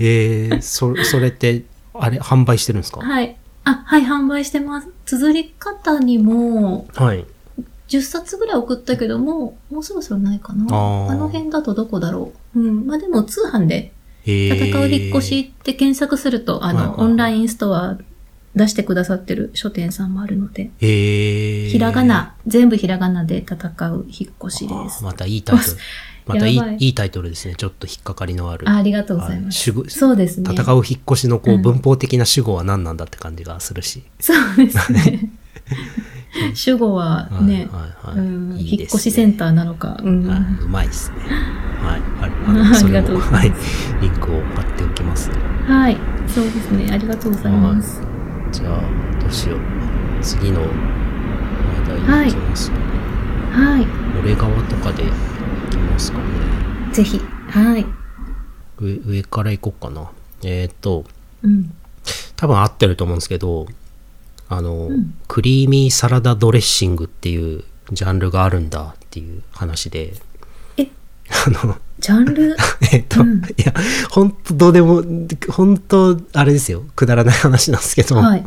えー、そそれってあれ販売してるんですか
はい。あ、はい、販売してます。綴り方にも、
はい。
10冊ぐらい送ったけども、もうそろそろないかな。
あー
あの辺だとどこだろう。うん。まあでも通販で戦
戦
う引っ越しって検索すると、あ
はいはい
の、オンラインストア出してくださってる書店さんもあるので、
えー、
ひらがな、全部ひらがなで戦う引っ越しで
あ。
す。
またいいタイ
(laughs)
トル。またいい
やばい
いいタイトルですね。ちょっと引っかかりのある。
あありがとうございます。
主語
そうですね。
戦う引っ越しのこう
うん
文法的な主語は何なんだって感じがするし。
そうで
(laughs)
すね。主語は
はい
ね、
はいは
う
い
ん
いい
引っ
ですね
越しセンターなのか。
は
う
い
ん。
うまいですね。はい。あ
(laughs) あ
のそれ
ありがと
も
うござい
はい。リンクを貼っておきます。
はい。そうですね。ありがとうございます。
じゃあ、どうしよう。次の話題いきますかね。
は
俺側とかでいきますかね。
い。ぜひ。はい。
上上から行こうかな。えーっと、
うん。
多分合ってると思うんですけどあの、
ん
クリーミーサラダドレッシングっていうジャンルがあるんだっていう話で (laughs)
え
あの
ジャン
(laughs)
ル
えっと、
うん
いや本当どうでも本当あれですよくだらない話なんですけど、
はい。はい。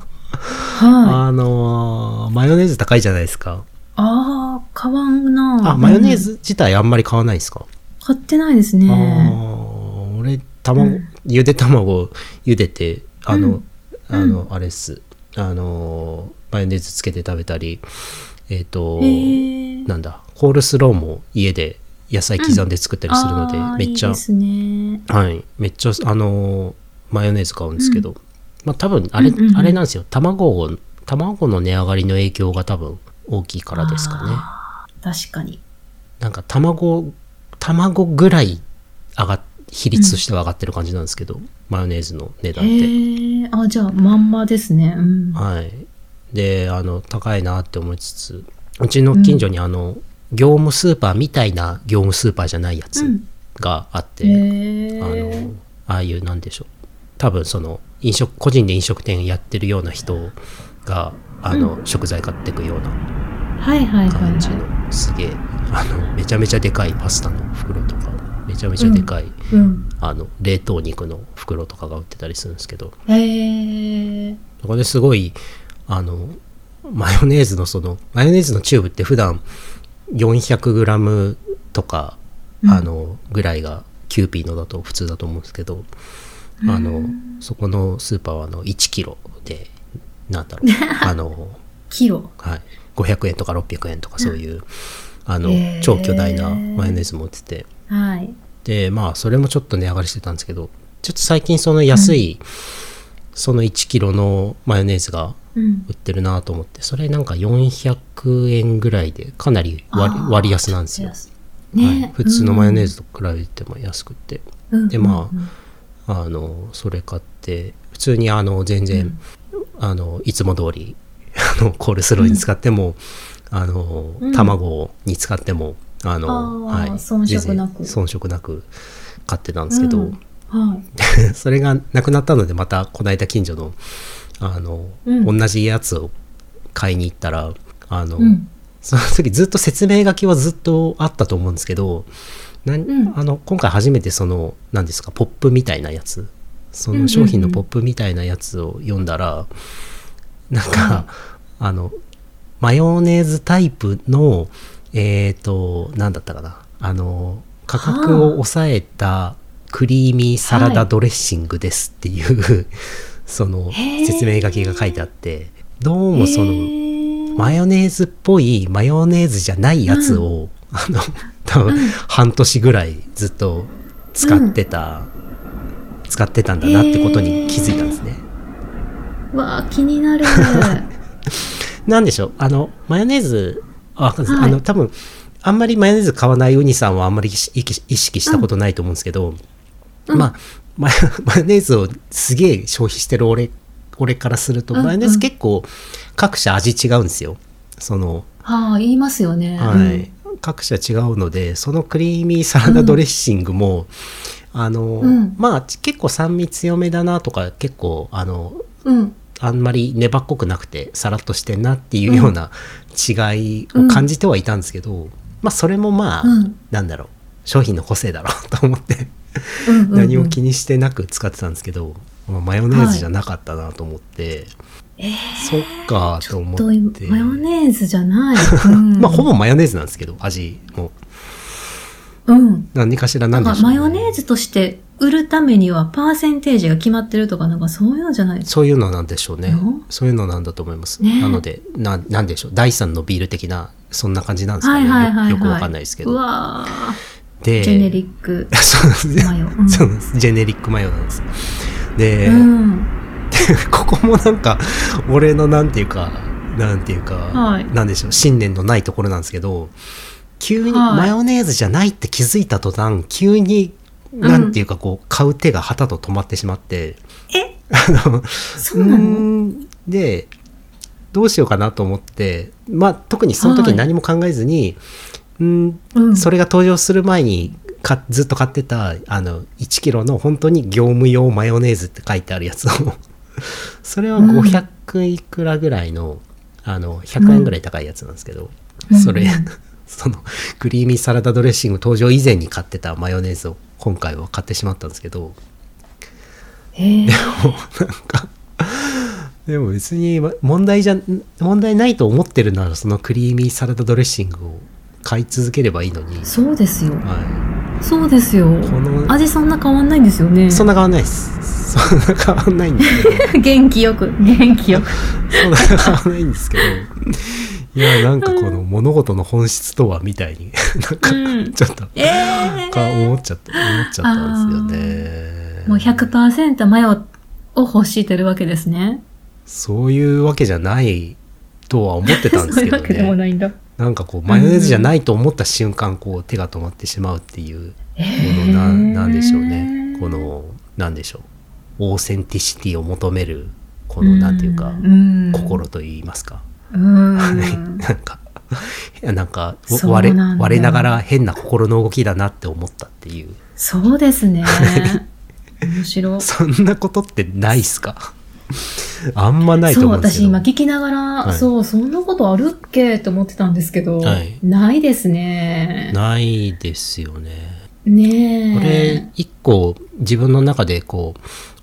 あのマヨネーズ高いじゃないですか
ああ、買わんな
あマヨネーズ自体あんまり買わないですか、
買ってないです
あ
ね。
あ俺卵、ゆで卵ゆでてあの、
うん
あのあれっすあのマヨネーズつけて食べたりえっ、と、
へえ。
なんだコールスローも家で野菜刻んで作ったりするので、
あー
めっちゃ
いいですね。
はいめっちゃあのマヨネーズ買うんですけど、まあ多分あれ、
うんうんうん
あれなんですよ卵を卵の値上がりの影響が多分大きいからですかね
あー確かに。
なんか卵卵ぐらい上がっ比率としては上がってる感じなんですけど、マヨネーズの値段って、
へえ。あ、じゃあ、まんまですね。うん。
はいであの高いなって思いつつうちの近所にあの、業務スーパーみたいな業務スーパーじゃないやつ
うん
があって、
へえ。
あのああいうなんでしょう多分その飲食個人で飲食店やってるような人があの、食材買ってくような
はいはいはい
感じの、
は
すげえあのめちゃめちゃでかいパスタの袋とかめちゃめちゃでかい、
い。うん。
あの冷凍肉の袋とかが売ってたりするんですけど
へえ。
そこですごいあのマヨネーズのそのマヨネーズのチューブって普段 400g とか、
うん
あのぐらいがキューピーのだと普通だと思うんですけど、あのそこのスーパーはあの 1kg でなんだろう
(laughs)
あの、
キロ。
はい、500円とか600円とかそういうあの
へー
超巨大なマヨネーズも売ってて。
はい。
でまあそれもちょっと値上がりしてたんですけどちょっと最近その安い、その1キロのマヨネーズが
うん
売。ってるなと思ってそれなんか400円ぐらいでかなり割
あー
割安なんですよ、
ね、
はい、普通のマヨネーズと比べても安くて、
うん
でまあ
うん
あのそれ買って普通にあの全然、あのいつも通りあのコールスローに使っても、あの
うん
卵に使ってもあの
あー遜色なく
全然遜色なく買ってたんですけど、
うんはい。
(laughs) それがなくなったのでまたこの間近所のあの、
うん
同じやつを買いに行ったらあの、
うん
その時ずっと説明書きはずっとあったと思うんですけどなん、
うん
あの今回初めてその何ですかポップみたいなやつその商品のポップみたいなやつを読んだら、なんか、あのマヨネーズタイプの、えっ、と、なんだったかな。あの、価格を抑えたクリーミーサラダドレッシングですっていう、 (laughs) その
へー
説明書きが書いてあって、どうもその、
へー
マヨネーズっぽいマヨネーズじゃないやつを、あの多分半年ぐらいずっと使ってた、使ってたんだなってことに気づいたんですね。
わあ、気に
(laughs)
なる。
なんでしょうあのマヨネーズあわかんないです、
はい
あの多分あんまりマヨネーズ買わないウニさんはあんまり意識意識したことないと思うんですけど、まあマヨ (laughs) マヨネーズをすげえ消費してる俺俺からすると、
うんうん
マヨネーズ結構各社味違うんですよ。その
はあ、言いますよね。
はい、各社違うのでそのクリーミーサラダドレッシングも、あの
うん
まあ結構酸味強めだなとか結構あの
うん。うん。
あんまり粘っこくなくてさらっとしてんなっていうような違いを感じてはいたんですけど、まあそれもまあ、
うん
なんだろう商品の個性だろうと思って
うんうんうん
何も気にしてなく使ってたんですけど、まあマヨネーズじゃなかったなと思って、そっかと思
と
って
マヨネーズじ
(laughs)
ゃない。うん、
まあほぼマヨネーズなんですけど味も
うん。
何かしら
な
何
ん
で
か
しょう
マ
ね、
ヨネーズとして売るためにはパーセンテージが決まってるとかなんかそういうのじゃないですか。
そういうのなんでしょうね
の。
そういうのなんだと思います。
ねえ
なのでな、なんでしょう。第三のビール的な、そんな感じなんですか
は
ね。
いはいはいはい。
よよくわかんないですけ
う
ど。
わあ、
で、
ジェネリック
(laughs) そうなんです
マヨ。うん
そうなんです。ジェネリックマヨなんです。で、
うん。
(laughs) ここもなんか、俺のなんていうか、なんていうか、
はい
なんでしょう。信念のないところなんですけど、急に
はい
マヨネーズじゃないって気づいた途端、急に、なんていうかこう、買う手が旗と止まってしまって、 (laughs)
え
あの、
そうな
うー
の
んでどうしようかなと思って、まあ、特にその時
はい
何も考えずに、うー
うん
んそれが登場する前にかずっと買ってたあの1キロの本当に業務用マヨネーズって書いてあるやつを (laughs) それは
うん
500いくらぐらいの,、あの100円ぐらい高いやつなんですけど、
うん
それ、
うん
(laughs) そのクリーミーサラダドレッシング登場以前に買ってたマヨネーズを今回は買ってしまったんですけど。
へえ。
もうなんかでも別に問題じゃ問題ないと思ってるならそのクリーミーサラダドレッシングを買い続ければいいのに、
そうですよ。
は
そうですよ
の。
味そんな変わんないんですよね
い、。そんな変わんないですそんな変わんないんですけど
(laughs) 元気よく、元気よく。
(laughs) そんな変わんないんですけどいやなんかこの物事の本質とはみたいになんか
うん
ちょっと
ええ
か思っちゃった思っちゃったんですよね
もう100%マヨを欲してるわけですね。
そういうわけじゃないとは思ってたんで
(laughs) そ
す
う
け
いう
ど
わ
ね
けでもないんだ。
なんかこうマヨネーズじゃないと思った瞬間こう手が止まってしまうっていう
え
このななんでしょうねこのなんでしょうオーセンティシティを求めるこのなんていうか
ん
心といいますか、
う
(laughs)
ん。
なんかいやなんか
そう
割れ
なんだ
割れながら変な心の動きだなって思ったっていう
そうで
(laughs)
すね。面白い。
そんなことってないっす
(laughs)
かあんまないと
そう、
思うんです
私
けど
今聞きながら、
はい
そう、そんなことあるっけと思ってたんですけど、
はい
ないですね。
ないですよね
ねえ。
これ一個自分の中でこ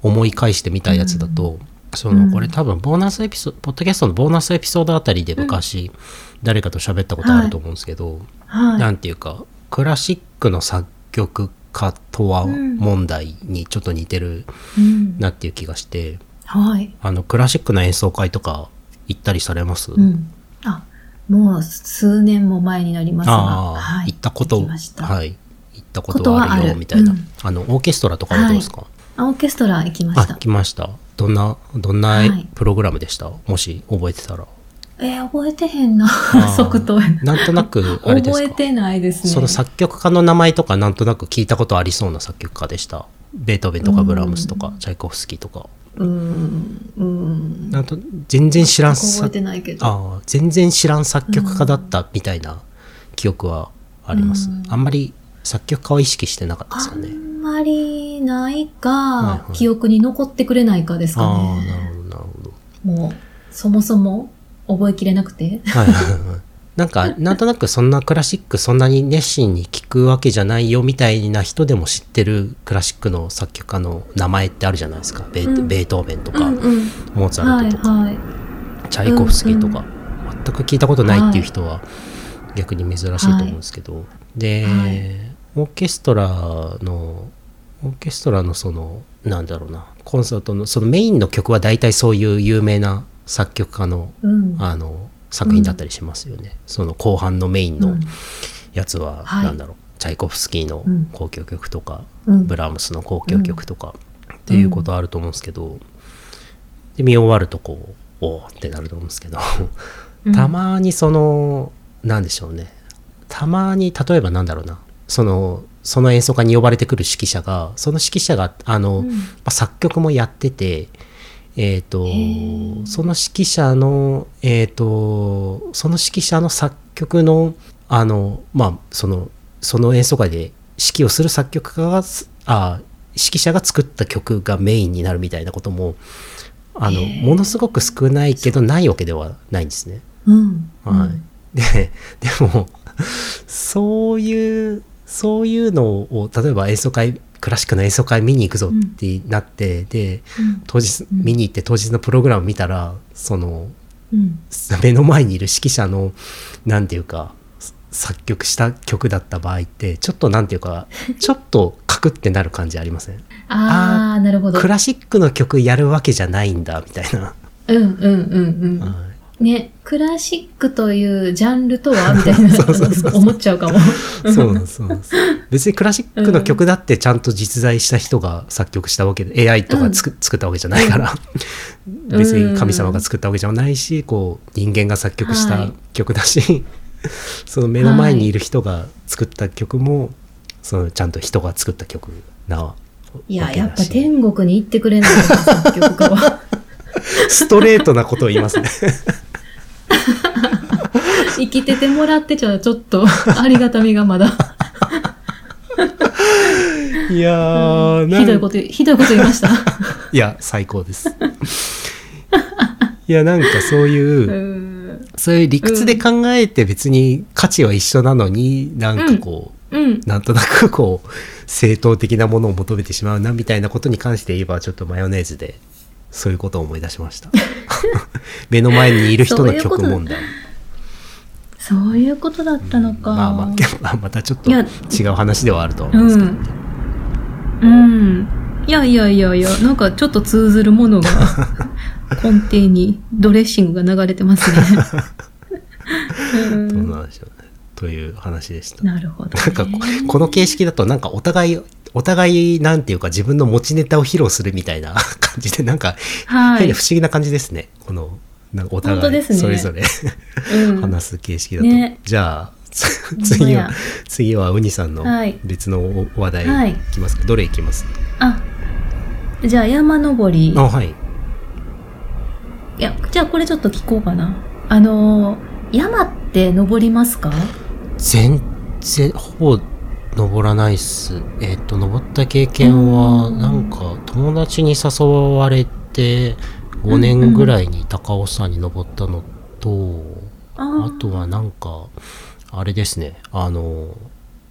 う思い返してみたやつだと、そ
うん
のこれ多分ボーナスエピソードポッドキャストのボーナスエピソードあたりで昔誰かと喋ったことあると思うんですけど、
は。
ないんていうかクラシックの作曲家とは
うん
問題にちょっと似てる
うん
なっていう気がして
はい。
あのクラシックの演奏会とか行ったりされます、
うん。あ、もう数年も前になりますが、
ああ、
はい。
行ったこと
きました、
はい行ったことはある
ことはあ
よ
る
みたいな、
うん
あのオーケストラとかはどうですか、
あオーケストラ行きました
あ、。来ました。どんな、どん
は
ないプログラムでした、もし覚えてたら。
えー、覚えてへんな
あ。ー
即答やな。
なんとなく、あれです
覚
か
えてないですね。
その作曲家の名前とかなんとなく聞いたことありそうな作曲家でした。ベートーベンとかブラームスとか、チャイコフスキーとか。
うーん、うーん。
なんと、全然知らん
覚えて
作、
ないけど。
ああ、全然知らん作曲家だったみたいな記憶はあります。
うん
あんまり作曲家を意識してなかったです
あ
よね。
んまりないか、
いはい
記憶に残ってくれないかですか
ああ、な
ね。
るほど、なるほど。
もう、そもそも覚えきれなくて。
はいはいはい。なんか、なんとなくそんなクラシックそんなに熱心に聞くわけじゃないよみたいな人でも知ってるクラシックの作曲家の名前ってあるじゃないですか。ベー,、
うん
ベートーベンと
う
か、
んうん。
モーツァ
は
ル
い
トとか、
はい。
チャイコフスキーとか、く聞いたことないっていう人は逆に珍しいと思うんですけど、で、
はい
オーケストラのオーケストラのそのなんだろうなコンサートのそのメインの曲は大体そういう有名な作曲家の
うん。
あの作品だったりしますよね、その後半のメイン
う
の
ん
やつは、
はい
なんだろうチャイコフスキーの
うん
交響曲とか、
うん
ブラームスの交響曲とか、っていうことあると思うんですけど、で見終わるとこうおーってなると思うんですけど
うん
たまにそのなんでしょうねたまに例えばなんだろうなそのその演奏家に呼ばれてくる指揮者がその指揮者があの、
うん
まあ作曲もやってて、えー、と
へー
その指揮者の、えー、とその指揮者の作曲のあの,、まあ、そのその演奏会で指揮をする作曲家がすあ指揮者が作った曲がメインになるみたいなこともあの
へー
ものすごく少ないけどないわけではないんですね。
うん。
はい
うん
ででもそういうそういうのを例えば演奏会クラシックの演奏会見に行くぞってなって、で当日
うん
見に行って当日のプログラム見たらその
うん。
目の前にいる指揮者のなんていうか作曲した曲だった場合ってちょっとなんていう
(laughs)
かちょっとカクってなる感じありません
ああ、なるほど。
クラシックの曲やるわけじゃないんだみたいな、
うんうんうんう
はい
ん。ね、クラシックというジャンルとはみたいな
(laughs) そうそうそうそう
思っちゃうかも。
そうなんですそうなんです別にクラシックの曲だってちゃんと実在した人が作曲したわけで AI とかつく作ったわけじゃないから別に神様が作ったわけじゃないしこう人間が作曲し
は
た
い
曲だし、 (laughs) その目の前にいる人が作った曲もそのちゃんと人が作った曲なわ
いや、
けだし
やっぱ天国に行ってくれないと作曲
(laughs)
家は。
ストレートなことを言い
(laughs)
ますね
生きててもらってちゃちょっと (laughs) ありがたみがまだ。
いやー、なんか
ひどいこと、ひどいこと言い
(laughs)
ました。
いや最高ですいやなんかそういう、
うん。
そういう理屈で考えて別に価値は一緒なのに、なんかこう、
うん。
なんとなくこう正当的なものを求めてしまうなみたいなことに関して言えばちょっとマヨネーズでそういうことを思い出しま
(laughs)
した目の前にいる人の曲問題
そういうことだったのか。
まあまあでもまあまたちょっと
いや
違う話ではあるとは思うんですけど、ね
うん。いやいやいやいや、なんかちょっと通ずる
(laughs)
ものが根底にドレッシングが流れてま
(laughs)
すね。うん
どうなんでしょうねという話でした
なるほど、ね。
なんかここの形式だとなんかお互いお互いなんていうか自分の持ちネタを披露するみたいな感じでなんか
は
変
い
で。不思議な感じですね。この、なんかお
本当
互
で
い
すね
それぞれ
うん
話す形式だと。
ね
じゃあ、つ
ほんま
次は
や、
次はウニさんの
はい
別のお話
は
題
い
いきますか、どれいきます
あ、じゃあ山登り。
あ、はい。
いや、じゃあこれちょっと聞こうかな。あのー山って登りますか
全然、ほぼ登らないっす。えっ、と、登った経験は、
うん
なんか友達に誘われて、5年ぐらいに高尾山に登ったのと、
あ
あとはなんか、あれですね、あの、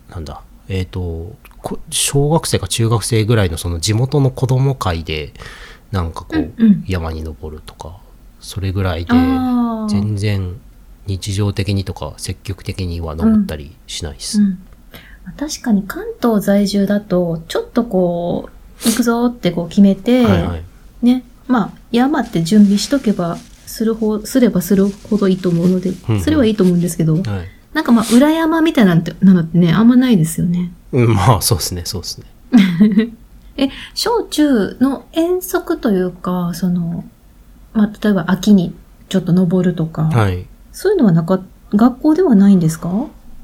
なんだ、えっ、と、こ小学生か中学生ぐらいのその地元の子供会で、なんかこう、
うんうん
山に登るとか、それぐらいで、
あー
全然日常的にとか積極的には登ったりしないです。
うん、確かに関東在住だと、ちょっとこう、行くぞってこう決めて、
はいはい。
ね、まあ、山って準備しとけば、する方、すればするほどいいと思うので
うん、
それはいいと思うんですけど、
はい、
なんかまあ、裏山みたいなんて、なのってね、あんまないですよね。
うん、まあ、そうですね、そうですね。
(laughs) え、小中の遠足というか、その、まあ、例えば秋にちょっと登るとか、
はい。
そういうのはなか、学校ではないんですか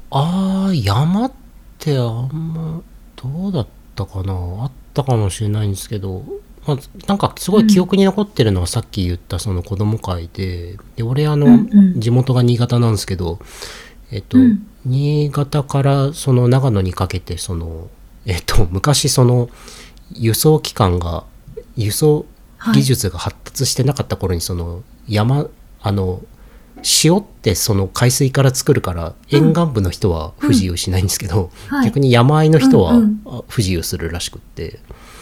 あー、山ってあんま、どうだったかなあったかもしれないんですけど、まあ、なんかすごい記憶に残ってるのはさっき言ったその子供会で、で、俺あの、
うんうん
地元が新潟なんですけど、えっと、
うん
新潟からその長野にかけて、その、えっと、昔その、輸送機関が、輸送技術が発達してなかった頃に、その、山、あの、塩ってその海水から作るから沿岸部の人は不自由しないんですけど、
はい
逆に山あいの人は
うんうん
あ不自由するらしくって、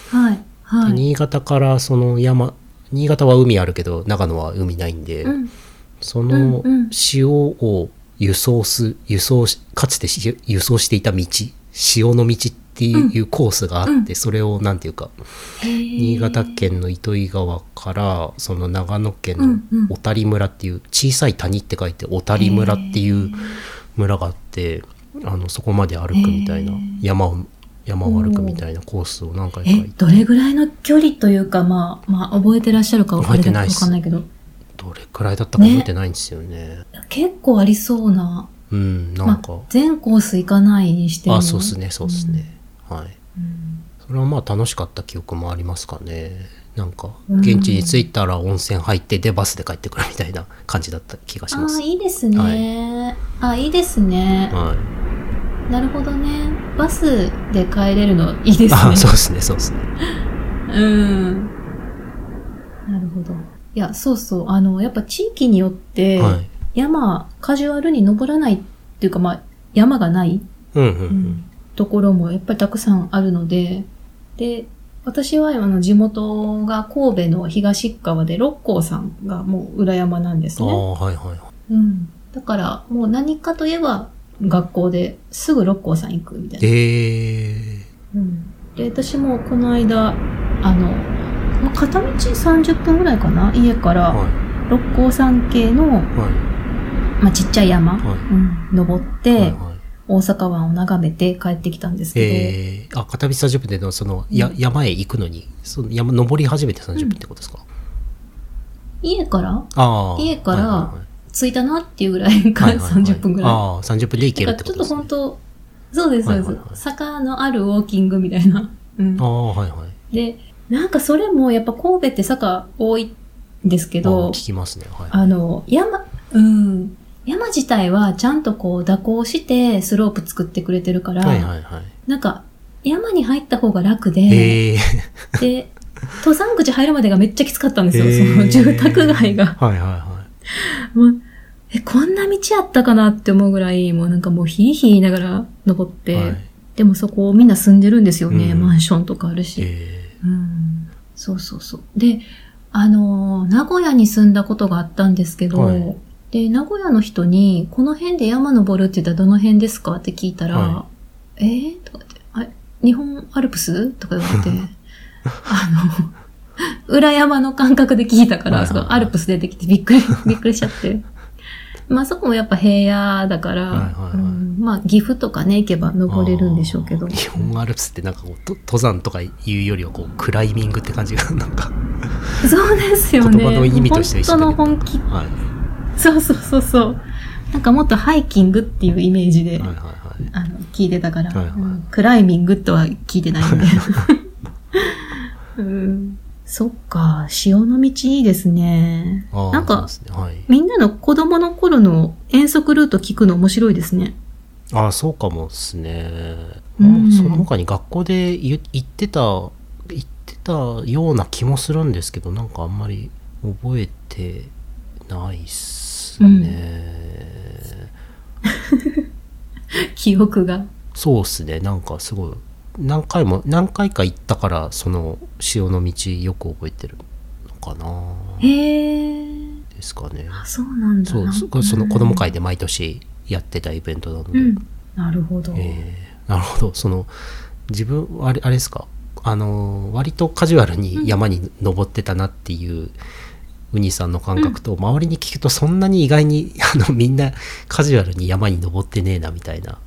はい。は
で
い。
新潟からその山新潟は海あるけど長野は海ないんで、
うん
その
うんうん
塩を輸送す、輸送し、かつてし輸送していた道、塩の道っていうコースがあって、
うん
それをなんていうか、新
新
潟県の糸魚川から、その長野県
うんうん
の小谷村っていう、小さい谷って書いて小谷村っていう村があって、あの、そこまで歩くみたいな
へー、
山を、山を歩くみたいなコースを何回か
え
行っ、て、
どれぐらいの距離というか、まあ、まあ、覚えてらっしゃるか
覚えて
あ
ない
れ
っ
だ
す
とわかんないけど、
どれくらいだったか覚えてないんですよね。
結構ありそうな、
うん、な
ま
んか。
あ、全コース行かないにしても。
あそうっすねそうっすね、はい
うん。
それはまあ楽しかった記憶もありますかねなんか
うん
現地に着いたら温泉入ってでバスで帰ってくるみたいな感じだった気がし
あ
ます
あ、いいですね。あ、いいですね。
はい
なるほどね。バスで帰れるのいいですね。
あそうですねそうですね
うん。なるほど。いや、そうそう。あの、やっぱ地域によって、
はい
山、カジュアルに登らないっていうか、まあ、山がない、
うんうん
ところもやっぱりたくさんあるので、で、私はあの地元が神戸の東側で六甲山がもう裏山なんです
うん、あ
ね。
あはいはいは
うん。だからもう何かといえば学校ですぐ六甲山行くみたい
い
な。
え
うん、で私もこの間あのまあ片道30分ぐらいかな家か
ー、は
ら
い
六甲山系の、
はい
まあ、ちっちゃい山、
はい
うん、登って、
はいはい
大阪湾を眺めて帰ってきたんですけど、
えー、あ片道30分でのその、や
うん
山へ行くのにその山登り始めて30分ってことですか、
家から
ああ
家から
はいはいはい
着いたなっていうぐらいか、
はい
(laughs)
はいはい
30分ぐらい。
ああ30分で行ける
だ
っ
か
て
ら
こ
ち
と
ょっ
で
と
すね
本当、そうです、そうです、
はいはいはい
坂のあるウォーキングみたいな。うん
あ、あはいはい
で、なんかそれもやっぱ神戸って坂多いんですけ
あー
ど
聞、きますねはい
あの、山、うん、山自体はちゃんとこう蛇行してスロープ作ってくれてるから、
はいはいはい。
なんか山に入った方が楽で、
ええ
で、登山口入るまでがめっちゃきつかったんですよ、
えー
その住宅街が。
はいはいは
もうえ、こんな道あったかなって思うぐらい、もうなんかもうヒーヒー言いながら登っ
い。
て、
はい、
でもそこみんな住んでるんですよね、
うん
マンションとかあるし。
え
うん、そうそうそう。で、あのー名古屋に住んだことがあったんですけど、
はい
で、名古屋の人に、この辺で山登るって言ったらどの辺ですかって聞いたら、
は
えー、とかって、あ日本アルプスとか言わ
(laughs)
れて、あの、裏山の感覚で聞いたから、
はいはい
そ
はい
のアルプス出てきてびっくり、びっくりしちゃって。まあそこもやっぱ平野だから、
はいはいはい
うんまあ岐阜とかね行けば
ー
登れるんでしょうけど
あー。日本アルプスってなんかこうと登山とかいうよりはこうクライミングって感じが (laughs) なんか
そうですよね。
言葉の意味として一緒だけど
本当の本気。
は
そうそうそうそう。なんかもっとハイキングっていうイメージで、
いはいはいはい。
あの聞いてたから、
はいはい
うんクライミングとは聞いて
(laughs)
ないんで。うん、そっか、潮の道いいですね。
あー
なんか
そうですね、はい。
みんなの子供の頃の遠足ルート聞くの面白いです
(laughs)
ね。
ああそうかもっすね。
うん
その他に学校で言行ってた行ってたような気もするんですけどなんかあんまり覚えてないっすね。
記憶が。
そうっすねなんかすごい何回も何回か行ったからその潮の道よく覚えてるのかな
へー。
ですかね
あ、そうなんだ。
そう
なん
そ
か
その子供会で毎年やってたイベントなの
う
で、
ん。なるほど。
えーなるほどその自分あれあれですかあのー割とカジュアルに山に登ってたなっていうウニさんの感覚と、周りに聞くとそんなに意外に (laughs) あのみんなカジュアルに山に登ってねえなみたいな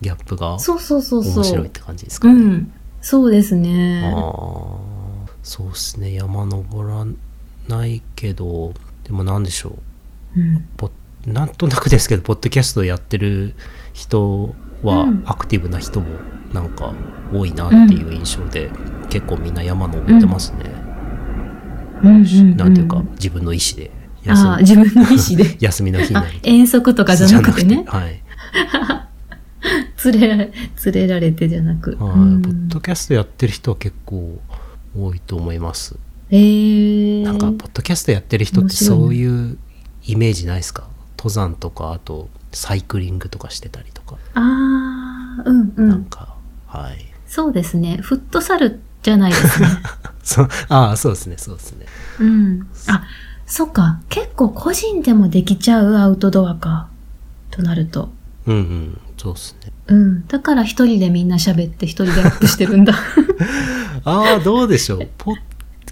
ギャップが
そうそうそうそう。
面白いって感じですか
う
ね。
ん。そうですね。
ああそうですね山登らないけどでも何でしょう
うん
ポなんとなくですけどポッドキャストやってる人は、
うん
アクティブな人もなんか多いなっていう印象で、結構みんな山登ってますね、
うんうん
なんていうか自分の意思で休み。
ああ、自分の意思で
(laughs) 休みの日にな
あ
る、と
遠足とかじゃなくてね。
はい、
連れられ、 (laughs) 連れられてじゃなく。
はい
うん
ポッドキャストやってる人は結構多いと思います
えー。
なんかポッドキャストやってる人ってそういうイメージないですか登山とかあとサイクリングとかしてたりとか、
ああ、うんう
なん
ん。
かはい
そうですね。フッ
(laughs)
トサルじゃないですね。
そああそうですねそうですね
うん。あ、そっか、結構個人でもできちゃうアウトドアか。となると。
うんうん、そうっすね。
うん。だから一人でみんな喋って一人でアップしてるんだ。 (laughs)
ああ、どうでしょう。ポッ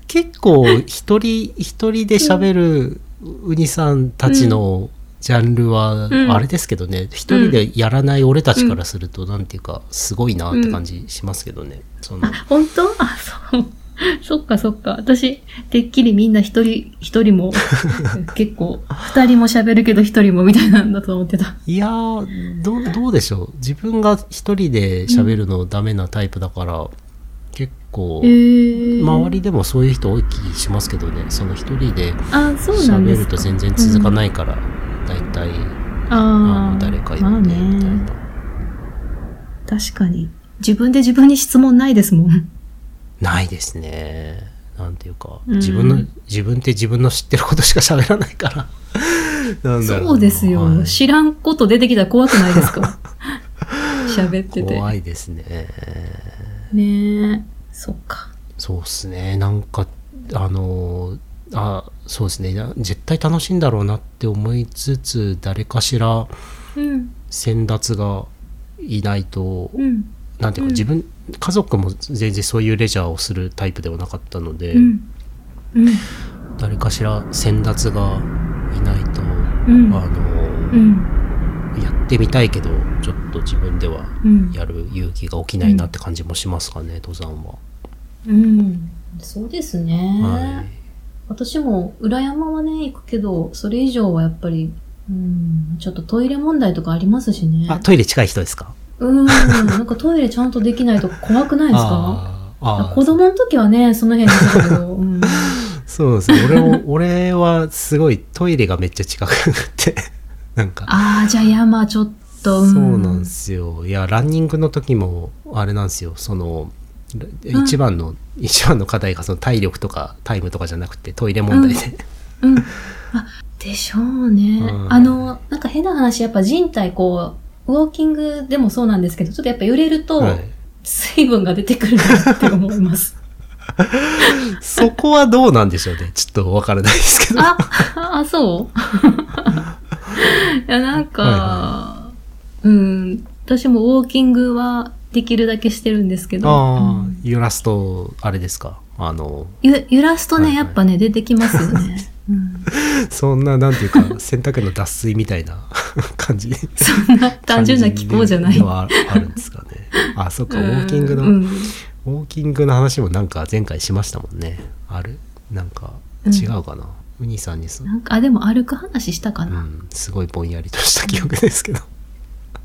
結構、一人、一人で喋るウニさんたちのジャンルは
う、ん
あれですけどね、一人でやらない俺たちからすると、なんていうか、すごいなって感じしますけどね。その、
本当あ、そう。 (laughs) そっかそっか。私、てっきりみんな一人、一
(laughs)
人も、結構、二人も喋るけど一人もみたいなんだと思ってた。
いやーどう、どうでしょう。自分が一人で喋るのダメなタイプだから、結構、
えー。
周りでもそういう人多い気しますけどね。その一人で
あ、そうなんで
喋
す
る
か。
と全然続かないから、だいたい、あ
あ
の
あ、
誰か呼
まあ
んで、みたい
ね。
な。
確かに。自分で自分に質問ないですもん。
ないですね。なんていうか、
うん
自分の、自分って自分の知ってることしか喋らないから。 (laughs) なんだろな
そうですよ、
はい
知らんこと出てきたら怖くないで
(laughs)
すか喋ってて。
怖いですね。
ねえ。そっか。
そうっすね。なんか、あの、あ、そうですね。な絶対楽しいんだろうなって思いつつ、誰かしら
うん。
先達がいないと、
うん。
なんていうか、
うん
自分、家族も全然そういうレジャーをするタイプではなかったので、
うん。うん。
誰かしら先達がいないと、
うん
あの、
うん。
やってみたいけどちょっと自分では
うん。
やる勇気が起きないなって感じもしますかね、登山は。
うん。そうですね。
はい、
私も裏山はね、行くけど、それ以上はやっぱり、うん、ちょっとトイレ問題とかありますしね。
あトイレ近い人ですか
うん、なんかトイレちゃんとできないとか怖くないですか
あーあー
子供の時はね、その辺でした
(laughs)
けど、うん、
そうですね俺も俺はすごいトイレがめっちゃ近くなってなんか
ああ、じゃあ山ちょっと、
そ
ん
うなんですよいやランニングの時もあれなんですよその
ん
一番の、一番の課題がその体力とかタイムとかじゃなくてトイレ問題で、
うん。あ、でしょうね。
うん
あの、なんか変な話、やっぱ人体こう、ウォーキングでもそうなんですけど、ちょっとやっぱ揺れると、
(laughs) はい
水分が出てくるなって思います。
そこはどうなんでしょうねちょっとわからないですけど (laughs)
あ、あ、そういや、なんか、
は
うん、私もウォーキングはできるだけしてるんですけど、
ああ
うん、
揺らすと、あれですか。あの、
ゆ揺らすと
は
ね、
いは
や
い
っぱね、出てきますよね。
(laughs)
うん、
そんな、なん
(laughs)
ていうか、洗濯の脱水みたいな (laughs) 感じ。
そんな単純な気候じゃない。
感ではあるんですかね。あ、そっか、ウ
うん
ォーキングの、
うん
ウォーキングの話もなんか前回しましたもんね。あるなんか、違うかな。ウニさんにそ、
なんか、あ、でも歩く話したか
う
な。
ん、すごいぼんやりとした記憶ですけど。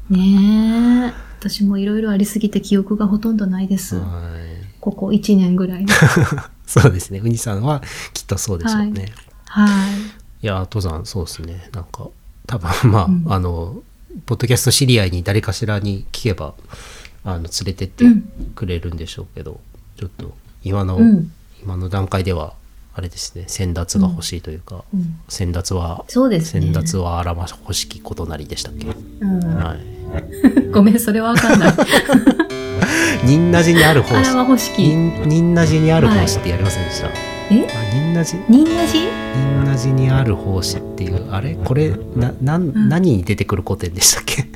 ねえ。私もいろいろありすぎて記憶がほとんどないです。
はい。 (laughs)
ここ1年ぐらいの。
そうですね。ウニさんはきっとそうでしょうね。い、
はい。
や、登山、そうですね。なんか、多分まあ、
うん
あの、ポッドキャスト知り合いに誰かしらに聞けば、あの、連れてって
うん
くれるんでしょうけど、ちょっと、今の、
うん
今の段階では、あれですね、先達が欲しいというか、
うん
先達は、
そうですね。
先達はあらま欲しきことなりでしたっけ、
うん
はい。
ごめん、それはわか
(laughs)
んない。
仁和寺にある
あら
方
は欲しき。
仁仁和寺にある奉仕ってやりませんでした、
え
あ仁和寺
忍ラジ
仁和寺にある奉仕っていうあれこれななん、
ん
何に出てくる古典でしたっけ